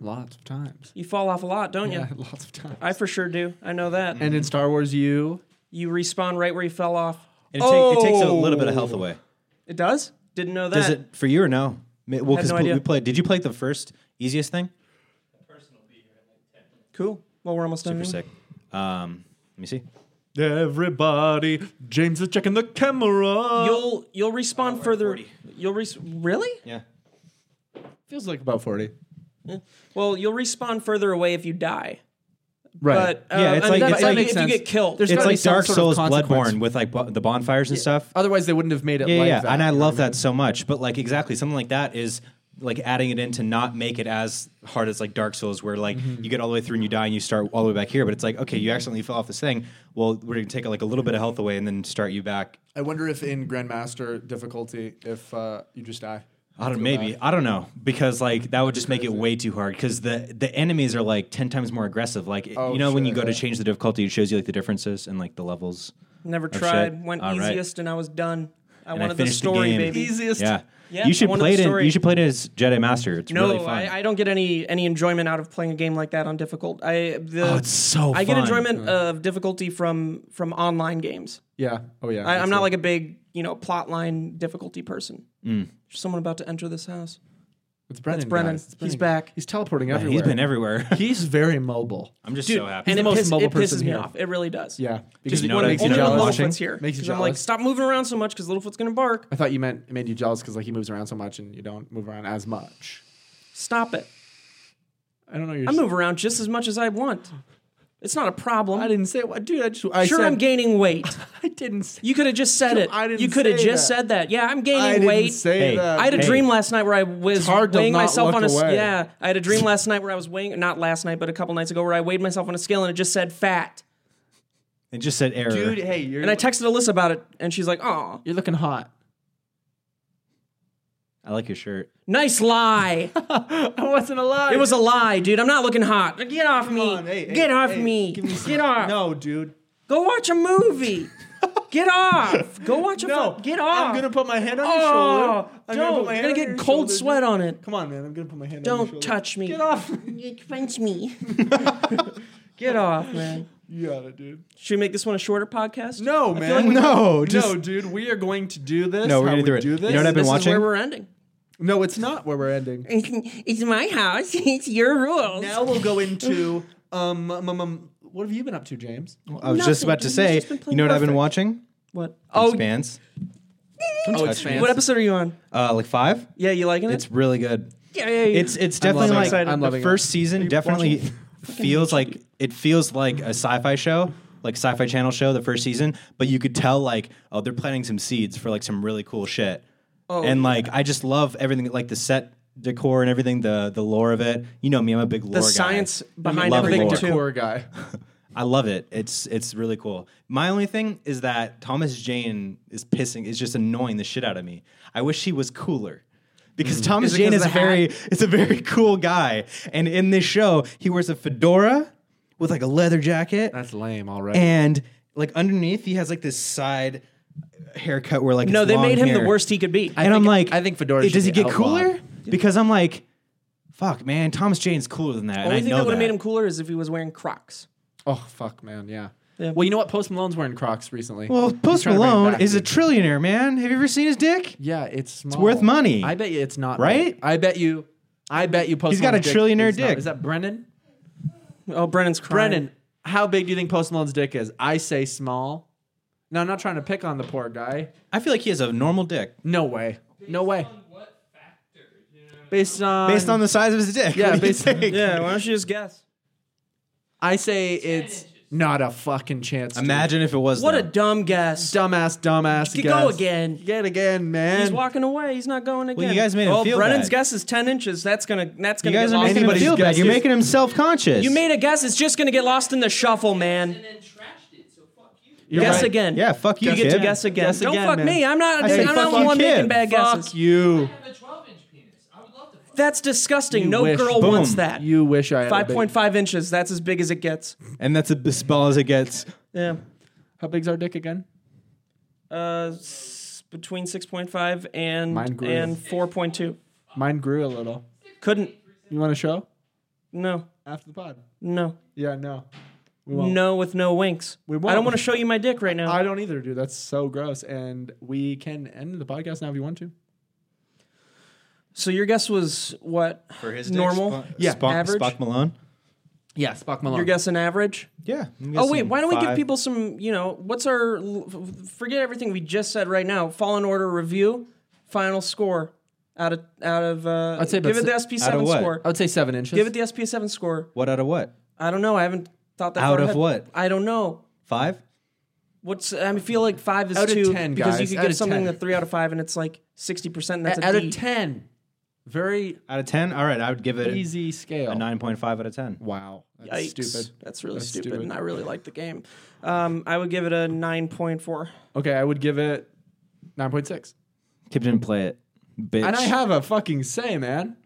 S3: Lots of times.
S2: you fall off a lot, don't you?
S3: Lots of times.
S2: I for sure do. I know that.
S3: and in Star Wars U,
S2: You respawn right where you fell off.
S1: And it, ta- it takes a little bit of health away.
S2: It does? Didn't know that.
S1: Does it for you or no? Ma- Well,
S2: Had
S1: because
S2: no
S1: we
S2: idea.
S1: played. Did you play the first easiest thing?
S2: Cool. Well, we're almost done.
S1: Super
S2: anyway.
S1: sick.
S3: Mm-hmm.
S1: Um, let me see.
S3: everybody, James is checking the camera.
S2: You'll you'll
S1: Oh,
S2: respawn further. You'll res- really?
S1: Yeah.
S3: Feels like about 40.
S2: Well, you'll respawn further away if you die.
S3: Right.
S2: But uh,
S1: Yeah, it's
S2: I mean,
S1: like-
S2: that's
S1: it's like-
S2: if
S3: makes
S2: you
S3: sense.
S2: get killed.
S3: There's
S1: It's
S3: gotta be
S1: like
S3: some
S1: Dark
S3: sort of
S1: Souls
S3: consequence.
S1: Bloodborne with like bo- the bonfires and stuff.
S3: Otherwise, they wouldn't have made it
S1: Yeah,
S3: like
S1: yeah.
S3: that.
S1: And Oh, I love that so much. But like exactly something like that is like adding it in to not make it as hard as like Dark Souls, where like you get all the way through and you die and you start all the way back here. But it's like okay, you accidentally fell off this thing. Well, we're gonna take like a little bit of health away and then start you back.
S3: I wonder if in Grandmaster difficulty, if uh, you just die.
S1: I don't maybe I don't know because like that would just make it way too hard because the the enemies are like ten times more aggressive. Like
S3: Oh,
S1: you know when
S3: shit,
S1: you go to
S3: yeah.
S1: change the difficulty, it shows you like the differences and like the levels.
S2: Never
S1: Oh, shit.
S2: tried. Went
S1: All right.
S2: easiest, and I was done. I
S1: And I
S2: wanted the
S1: finished the
S2: story,
S1: game.
S2: baby.
S3: Easiest.
S1: Yeah.
S2: Yeah,
S1: you should
S2: I wanted
S1: play it.
S2: the
S1: In,
S2: story.
S1: you should play it as Jedi Master. It's
S2: No,
S1: really fun.
S2: I, I don't get any any enjoyment out of playing a game like that on difficult. I the,
S1: Oh, it's so
S2: I get
S1: fun.
S2: enjoyment of difficulty from from online games.
S3: Yeah. Oh yeah.
S2: I, I'm not like a big you know plot line difficulty person.
S1: Mm.
S2: There's someone about to enter this house.
S3: It's Brennan.
S2: It's Brennan.
S3: guys. It's
S2: He's
S3: Brennan.
S2: back.
S3: He's teleporting
S1: He's
S3: everywhere.
S1: been everywhere.
S3: He's very mobile.
S1: I'm just so happy.
S2: and
S3: the
S2: it,
S3: most
S2: piss-
S3: mobile
S2: it pisses
S3: person
S2: me
S3: here.
S2: off. It really does.
S3: Yeah.
S1: Because
S2: Just
S1: you know
S2: when-
S1: what makes you
S2: only when
S1: jealous?
S2: Littlefoot's here.
S3: Makes you
S2: 'Cause I'm like,
S3: jealous.
S2: stop moving around so much because Littlefoot's gonna bark.
S3: I thought you meant it made you jealous because like he moves around so much and you don't move around as much.
S2: Stop it.
S3: I don't know. You're
S2: I move around just as much as I want. It's not a problem.
S3: I didn't say what, dude. I just. I
S2: sure,
S3: said,
S2: I'm gaining weight.
S3: I didn't. Say,
S2: You could have just said it.
S3: I didn't
S2: you could have
S3: say
S2: just
S3: that.
S2: said that. Yeah, I'm
S3: I
S2: gaining
S3: didn't
S2: weight.
S3: say
S1: Hey,
S3: that.
S2: I had a
S1: Hey.
S2: dream last night where I was
S3: hard to
S2: weighing
S3: not
S2: myself
S3: look
S2: on a s-
S3: away.
S2: yeah. I had a dream last night where I was weighing not last night, but a couple nights ago where I weighed myself on a scale and it just said fat.
S1: It just said error.
S3: dude. Hey, you're.
S2: And I texted Alyssa about it, and she's like, "Oh,
S3: you're looking hot.
S1: I like your shirt.
S2: nice lie.
S3: I wasn't alive.
S2: it was a lie, dude. I'm not looking hot. Get off me.
S3: on, hey, hey,
S2: Get off
S3: hey,
S2: me.
S3: give me some-
S2: Get off.
S3: No, dude.
S2: Go watch a movie. Get off. Go watch a
S3: No,
S2: fu- Get off.
S3: I'm gonna put my hand on your
S2: Oh,
S3: shoulder.
S2: don't.
S3: I'm
S2: You're
S3: put
S2: gonna,
S3: my hand on
S2: get
S3: your
S2: cold
S3: shoulder.
S2: sweat on it.
S3: Come on, man. I'm gonna put my hand. on your
S2: Don't
S3: shoulder.
S2: touch me.
S3: Get off.
S2: You punch me. Get off, man.
S3: You got it, dude.
S2: Should we make this one a shorter podcast?
S3: No, man.
S1: No, just-
S3: no, dude. We are going to do this.
S1: No, we're
S3: how
S1: gonna
S3: we
S1: do it.
S3: Do
S1: You
S3: this.
S1: know what I've been
S2: This is where
S1: watching?
S2: we're ending.
S3: no, it's not where we're ending.
S2: It's my house. It's your rules.
S3: Now we'll go into um, um, um, um, what have you been up to, James?
S1: I was just
S2: Nothing,
S1: about to
S2: dude. He's
S1: say,
S2: just been playing
S1: you know what I've been
S2: Perfect.
S1: watching?
S2: What? Oh,
S1: Expanse. Don't touch me.
S2: what episode are you on?
S1: Uh, like five?
S2: Yeah, you liking it?
S1: It's really good.
S2: yeah, yeah, yeah.
S1: It's it's definitely like
S3: loving it. I'm
S1: the
S3: loving it.
S1: first season definitely feels like it feels like a sci-fi show, like sci-fi channel show the first season, but you could tell like oh they're planting some seeds for like some really cool shit.
S2: Oh,
S1: and like I just love everything like the set decor and everything the the lore of it. You know me, I'm a big lore
S2: the
S1: guy.
S2: science behind
S1: Love
S2: everything
S1: lore.
S2: too.
S3: Decor guy.
S1: I love it. It's it's really cool. My only thing is that Thomas Jane is pissing is just annoying the shit out of me. I wish he was cooler. Because Thomas
S2: Mm-hmm. it
S1: Jane
S2: 'cause
S1: is
S2: of
S1: a
S2: the hat?
S1: very is a very cool guy. And in this show, he wears a fedora with like a leather jacket
S3: That's lame. All right.
S1: and like underneath he has like this side haircut where like
S2: No,
S1: it's
S2: they
S1: long
S2: made him the
S1: hair.
S2: worst he could be.
S1: and I'm
S3: think-
S1: like,
S3: I think fedora
S1: it- does he
S3: should
S1: get
S3: be outlawed.
S1: cooler? Because I'm like, fuck, man, Thomas Jane's cooler than that. and
S2: Only
S1: I
S2: thing
S1: know
S2: that would have made him cooler is if he was wearing Crocs.
S3: Oh fuck, man. Yeah.
S2: Yeah.
S3: Well, you know what? Post Malone's wearing Crocs recently.
S1: Well,
S3: He's trying
S1: Post
S3: to bring it
S1: Malone
S3: back,
S1: is a
S3: dude.
S1: trillionaire, man. Have you ever seen his dick?
S3: yeah, it's small.
S1: worth money.
S3: I bet you it's not
S1: Right?
S3: big. I bet you. I bet you. Post
S1: He's got a
S3: Malone's dick
S1: trillionaire
S3: is not-
S1: dick.
S3: is that Brennan?
S2: Oh, Brennan's crying.
S3: Brennan, how big do you think Post Malone's dick is? I say small. No, I'm not trying to pick on the poor guy.
S1: I feel like he has a normal dick
S3: No way. No way.
S4: On what factor? You know?
S3: Based on
S1: based on the size of his dick.
S3: Yeah,
S1: What do you
S3: based on-
S1: think?
S2: Yeah, why don't you just guess?
S3: I say it's
S4: inches.
S3: not a fucking chance. dude.
S1: Imagine if it was
S2: What a
S1: though.
S2: dumb guess.
S3: dumbass, dumbass.
S2: You go
S3: guess.
S2: again.
S3: Get again, man.
S2: He's walking away. He's not going again.
S1: you guys made him
S2: well,
S1: feel
S2: Brennan's
S1: bad.
S2: guess is ten inches. That's gonna. That's
S1: you
S2: gonna.
S1: guys
S2: get
S1: are making
S2: lost in
S1: him
S2: the-
S3: anybody's
S1: feel bad.
S3: guess
S1: You're
S3: is-
S1: making him self conscious.
S2: You made a guess. It's just gonna get lost in the shuffle, man.
S4: And then trashed it, so fuck you.
S3: You're
S2: guess
S3: right.
S2: again.
S1: Yeah, fuck you,
S2: You get to
S1: kid.
S2: guess again.
S3: Guess
S2: Don't
S3: again,
S2: fuck
S3: man.
S2: me. I'm not.
S1: I
S2: I
S1: say
S2: am not
S1: fuck
S2: the
S1: you,
S2: one
S1: kid.
S2: making bad
S3: Fuck
S2: guesses.
S3: you.
S4: I have a 12 inch penis. I would love to fuck.
S2: That's disgusting.
S3: You
S2: no
S3: wish-
S2: girl
S1: Boom.
S2: wants that.
S3: You wish I had
S2: Five
S3: a big-
S2: point five inches. That's as big as it gets.
S1: and that's a- as small as it gets.
S2: Yeah.
S3: How big's our dick again?
S2: Uh, s- between 6.5 and
S3: Mine grew.
S2: and 4.2.
S3: Mine grew a little.
S2: Couldn't.
S3: You want to show
S2: No.
S3: after the pod?
S2: No.
S3: Yeah, no. We won't.
S2: No with no winks.
S3: We won't.
S2: I don't want to show you my dick right now.
S3: I don't either, dude. That's so gross. And we can end the podcast now if you want to.
S2: so your guess was what?
S1: For his
S2: dick, Normal? Spock-
S1: yeah, Spock,
S2: average?
S1: Spock Malone.
S3: Yeah, Spock Malone.
S2: Your guess an average?
S1: Yeah. I'm
S2: Oh wait,
S1: guessing
S2: why don't we give
S1: five.
S2: people some, you know, what's our l- f- forget everything we just said right now. Fallen order review, final score out of out of uh
S3: I'd say about
S2: give it the
S3: s-
S1: out of
S2: SP7
S1: what? Uh,
S2: score.
S3: I would say seven inches.
S2: Give it the SP7 score.
S1: What out of what?
S2: I don't know. I haven't thought that
S1: Out of
S2: far ahead.
S1: what?
S2: I don't know.
S1: Five?
S2: What's I mean, feel like five is
S3: Out of
S2: two
S3: 10,
S2: because you
S3: guys.
S2: could
S3: Out
S2: give
S3: of
S2: something
S3: 10.
S2: a three out of five and it's like sixty percent. That's
S3: A-
S2: a
S3: out
S2: D.
S3: of ten. Very
S1: Out of 10? All right, I would give it
S3: easy scale.
S1: a 9.5 out of 10.
S3: Wow, that's
S2: Yikes.
S3: stupid.
S2: That's really
S3: That's
S2: stupid,
S3: stupid.
S2: And I really like the game. Um, I would give it a nine point four.
S3: Okay, I would give it nine point six.
S1: Kip didn't play it. Bitch.
S3: And I have a fucking say, man.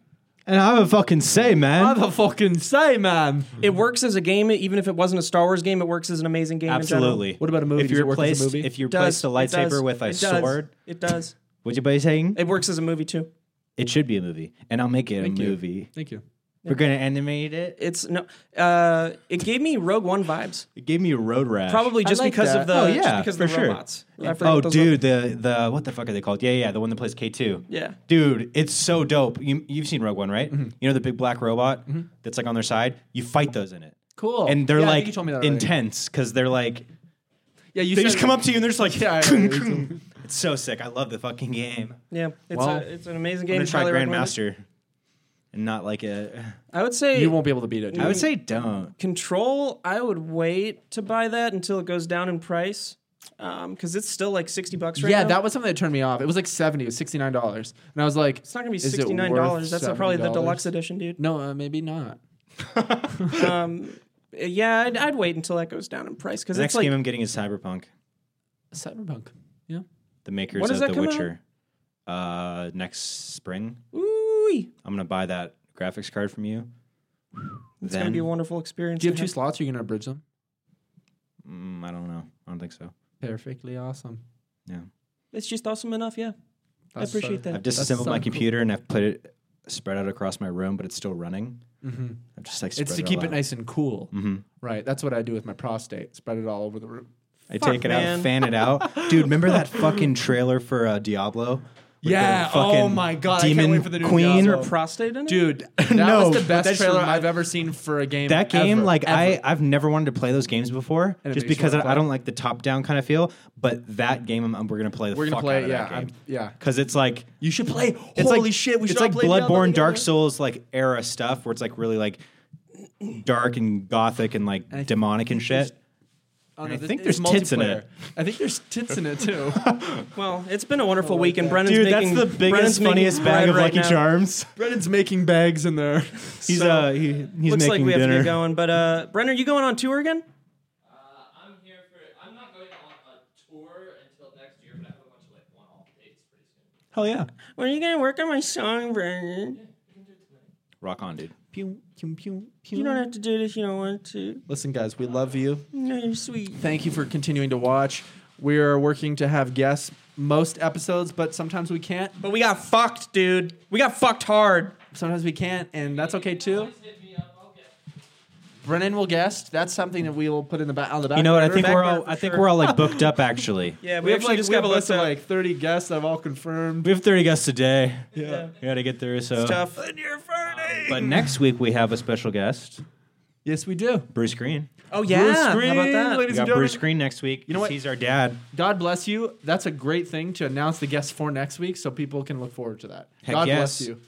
S1: and I have a fucking say, man.
S3: I have a fucking say, man.
S2: It works as a game, even if it wasn't a Star Wars game. It works as an amazing game. in general.
S1: Absolutely.
S3: What about a movie?
S1: If
S3: Does
S1: you
S3: it work as a
S1: replaced,
S3: movie?
S1: if you
S2: It does.
S1: replaced a
S2: It does.
S1: lightsaber with a
S2: It does.
S1: sword,
S2: It does.
S1: what you buddy saying?
S2: It works as a movie too.
S1: It should be a movie, and I'll make it
S3: Thank
S1: a
S3: you.
S1: movie.
S3: Thank you.
S1: We're gonna animate it.
S2: It's no. Uh, it gave me Rogue One vibes,
S1: It gave me a road rash.
S2: probably just
S3: like
S2: because
S3: that.
S2: of the
S1: Oh yeah,
S2: just because
S1: for
S2: of the
S1: sure.
S2: robots. I forgot
S1: Oh
S2: those
S1: dude, the the what the fuck are they called? Yeah, yeah, the one that plays K two.
S2: Yeah.
S1: dude, it's so dope. You you've seen Rogue One, right? You know the big black robot that's like on their side. You fight those in it,
S3: Cool.
S1: and they're
S3: Oh, Yeah, I think
S1: like
S3: you told me that already.
S1: intense because they're like
S3: Yeah, you
S1: they
S3: said-
S1: just come up to you and they're just like
S3: Yeah, yeah, yeah, you told
S1: It's so sick. I love the fucking game.
S2: Yeah, it's
S3: Well,
S2: a, it's an amazing
S1: I'm
S2: game.
S1: gonna try
S2: Highly recommend it.
S1: Grandmaster, and not like a.
S2: I would say
S3: You won't be able to beat it.
S1: I
S3: Dude.
S1: would say don't.
S2: Control, I would wait to buy that until it goes down in price, because it's still like sixty bucks right now.
S3: Yeah, that was something that turned me off. It was like seventy. It was sixty nine dollars, and I was like,
S2: it's not gonna be sixty nine dollars. That's probably the deluxe edition, dude.
S3: No, uh, maybe not.
S2: Uh, Yeah, I'd, I'd wait until that goes down in price because
S1: The
S2: it's
S1: next
S2: like
S1: game I'm getting is Cyberpunk.
S3: Cyberpunk. Yeah.
S1: The makers
S2: When does
S1: of The
S2: that come out?
S1: Witcher. Uh, next spring,
S2: ooh,
S1: I'm gonna buy that graphics card from you.
S2: it's gonna be a wonderful experience.
S3: Do you
S2: to
S3: have two
S2: have.
S3: slots? Are you gonna bridge them?
S1: Mm, I don't know. I don't think so.
S3: Perfectly awesome.
S1: Yeah.
S2: It's just awesome enough. Yeah, I
S3: That's uh,
S2: appreciate
S3: so-
S2: that.
S1: I've disassembled
S3: so
S1: my
S3: cool.
S1: computer and I've put it spread out across my room, but it's still running. I'm just like
S3: Mm-hmm. It's to
S1: spread
S3: keep
S1: all
S3: it
S1: out.
S3: nice and cool.
S1: Mm-hmm.
S3: Right. That's what I do with my prostate. Spread it all over the room.
S1: I take it
S2: man.
S1: out, fan it out, dude. Remember that fucking trailer for uh, Diablo? With the
S3: Yeah, oh
S1: fucking
S3: my God, I can't
S1: Demon
S3: wait for the new
S1: Queen.
S3: Diablo.
S2: Prostate in it?
S3: Dude, that
S1: No,
S3: was the
S1: but
S3: best
S1: that's
S3: trailer
S1: your-
S3: I've ever seen for a game.
S1: That game,
S3: ever,
S1: like
S3: ever.
S1: I, I've never wanted to play those games before,
S3: And it
S1: just
S3: makes you
S1: because
S3: wanna
S1: I,
S3: play.
S1: I don't like the top-down kind of feel. But that game, I'm, we're gonna play the
S3: We're gonna
S1: fuck
S3: play
S1: out
S3: it,
S1: of
S3: yeah,
S1: that game.
S3: I'm- yeah.
S1: because it's like
S3: you should play.
S1: it's
S3: Holy
S1: like,
S3: shit, we should
S1: It's
S3: all
S1: like
S3: play Diablo
S1: Bloodborne,
S3: together.
S1: Dark Souls, like era stuff where it's like really like dark and gothic and like
S3: I-
S1: demonic and shit.
S3: Oh, no,
S1: I
S3: th-
S1: think
S3: it's
S1: there's tits in
S3: multiplayer.
S1: it.
S3: I think there's tits in it too.
S2: Well, it's been a wonderful week, and Brennan's
S1: Dude,
S2: making
S1: that's the
S2: Brennan's
S1: biggest,
S2: making
S1: funniest
S2: bread
S1: bag of
S2: right
S1: Lucky
S2: now.
S1: Charms.
S3: Brennan's making bags in there.
S1: He's uh, he, he's
S2: Looks
S1: making
S2: like we have
S1: dinner.
S2: to get going, but uh, Brennan, are you going on tour again?
S4: Uh, I'm here for. I'm not going on a tour until next year, but I have a bunch of like one-off dates pretty soon.
S1: Hell yeah!
S2: When are you gonna work on my song, Brennan?
S1: Rock on, dude.
S3: Pew, pew, pew, pew.
S2: You don't have to do it if you don't want to.
S3: Listen, guys, we love you.
S2: No, you're sweet.
S3: Thank you for continuing to watch. We are working to have guests most episodes, but sometimes we can't.
S2: But we got fucked, dude. We got fucked hard.
S3: Sometimes we can't, and that's okay too.
S4: Please hit me up. I'll get.
S3: Brennan will guest. That's something that we will put in the back on the back.
S1: You know what? I
S3: burner.
S1: think
S3: Back
S1: we're
S3: burner
S1: all
S3: for
S1: I think
S3: sure.
S1: we're all like booked up actually.
S2: Yeah, we,
S3: We have
S2: actually
S3: like
S2: just
S3: we
S2: got
S3: have
S2: a
S3: a list
S2: list
S3: of
S2: out.
S3: like thirty guests that have all confirmed.
S1: We have 30 guests today.
S3: Yeah.
S1: We got to get through. So,
S2: stuff.
S1: but next week we have a special guest,
S3: Yes, we do.
S1: Bruce Green.
S2: Oh yeah,
S3: Bruce
S2: how about that?
S3: Green,
S1: We
S3: ladies and
S1: got
S3: gentlemen.
S1: Bruce Green next week. You
S3: know what?
S1: He's our dad.
S3: God bless you. That's a great thing to announce the guests for next week, so people can look forward to that.
S1: Heck
S3: God
S1: yes.
S3: bless you.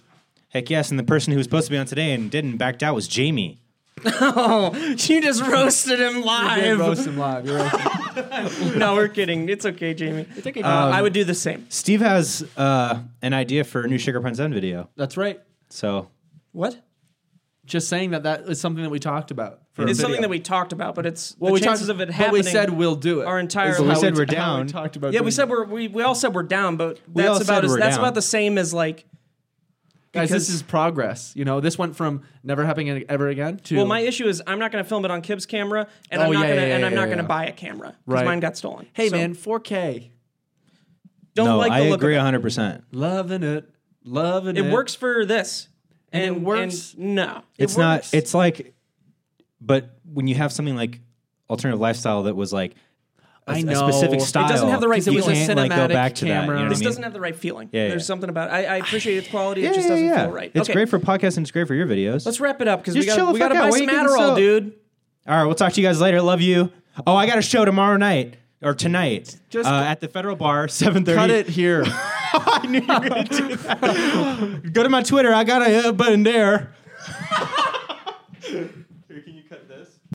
S1: Heck yes. And the person who was supposed to be on today and didn't backed out was Jamie.
S2: Oh, you just roasted him
S3: You did
S2: live.
S3: roast him live. You're okay.
S2: no, we're kidding. It's okay, Jamie. It's
S3: okay, Um,
S2: I would do the same.
S1: Steve has uh, an idea for a new Sugar Prince Zen video.
S3: That's right.
S1: So,
S2: What?
S3: Just saying that that is something that we talked about. For
S2: It's
S3: a video.
S2: something that we talked about, but it's
S3: Well,
S2: the
S3: we
S2: chances
S3: talked,
S2: of it
S3: but
S2: happening.
S3: we said we'll do it.
S2: our entire
S3: Is
S2: life.
S1: We
S3: how
S1: said we're
S3: how
S1: down.
S3: We talked about
S2: yeah, we
S3: doing
S2: said
S3: it.
S2: we're we, we all said we're down, but
S1: We all
S2: that's about
S1: said
S2: as
S1: we're
S2: that's
S1: down.
S2: about the same as like.
S3: guys. This
S2: because-
S3: is progress. You know, this went from never happening ever again to
S2: Well, my issue is I'm not going to film it on Kib's camera, and
S3: Oh,
S2: I'm not
S3: yeah,
S2: going to
S3: yeah,
S2: and
S3: yeah,
S2: I'm not
S3: yeah,
S2: going to
S3: yeah.
S2: buy a camera because
S3: Right.
S2: mine got stolen.
S3: hey
S2: So,
S3: man, 4K,
S2: don't
S1: no,
S2: like the
S1: I
S2: look.
S1: agree
S2: Of
S1: 100%.
S3: loving it, loving
S2: it.
S3: it.
S2: it works for this,
S3: And it works.
S2: and no,
S1: It's not, it's like, but when you have something like alternative lifestyle that was like, a-
S3: I
S1: a
S3: know.
S1: specific
S3: It
S1: style.
S2: doesn't have the right-
S1: You
S2: it was a
S1: can't like go
S3: cinematic
S1: back to that. You know
S3: camera.
S1: what I
S2: This
S1: mean?
S2: doesn't have the right feeling.
S1: Yeah, yeah.
S2: There's something about it. I, I appreciate its quality. it just doesn't feel right.
S1: It's
S2: okay,
S1: great for podcasts and it's great for your videos.
S2: Let's wrap it up because we
S1: Just chill
S2: got
S1: the
S2: we got to
S1: fuck out.
S2: buy
S1: Why
S2: some
S1: you getting
S2: Adderall,
S1: so-
S2: dude.
S1: All right, we'll talk to you guys later. Love you. Oh, I got a show tomorrow night or tonight
S3: Just-
S1: uh, at the Federal Bar, seven thirty.
S3: Cut it here.
S1: I knew you were gonna do that. Go to my Twitter. I got a uh, button there.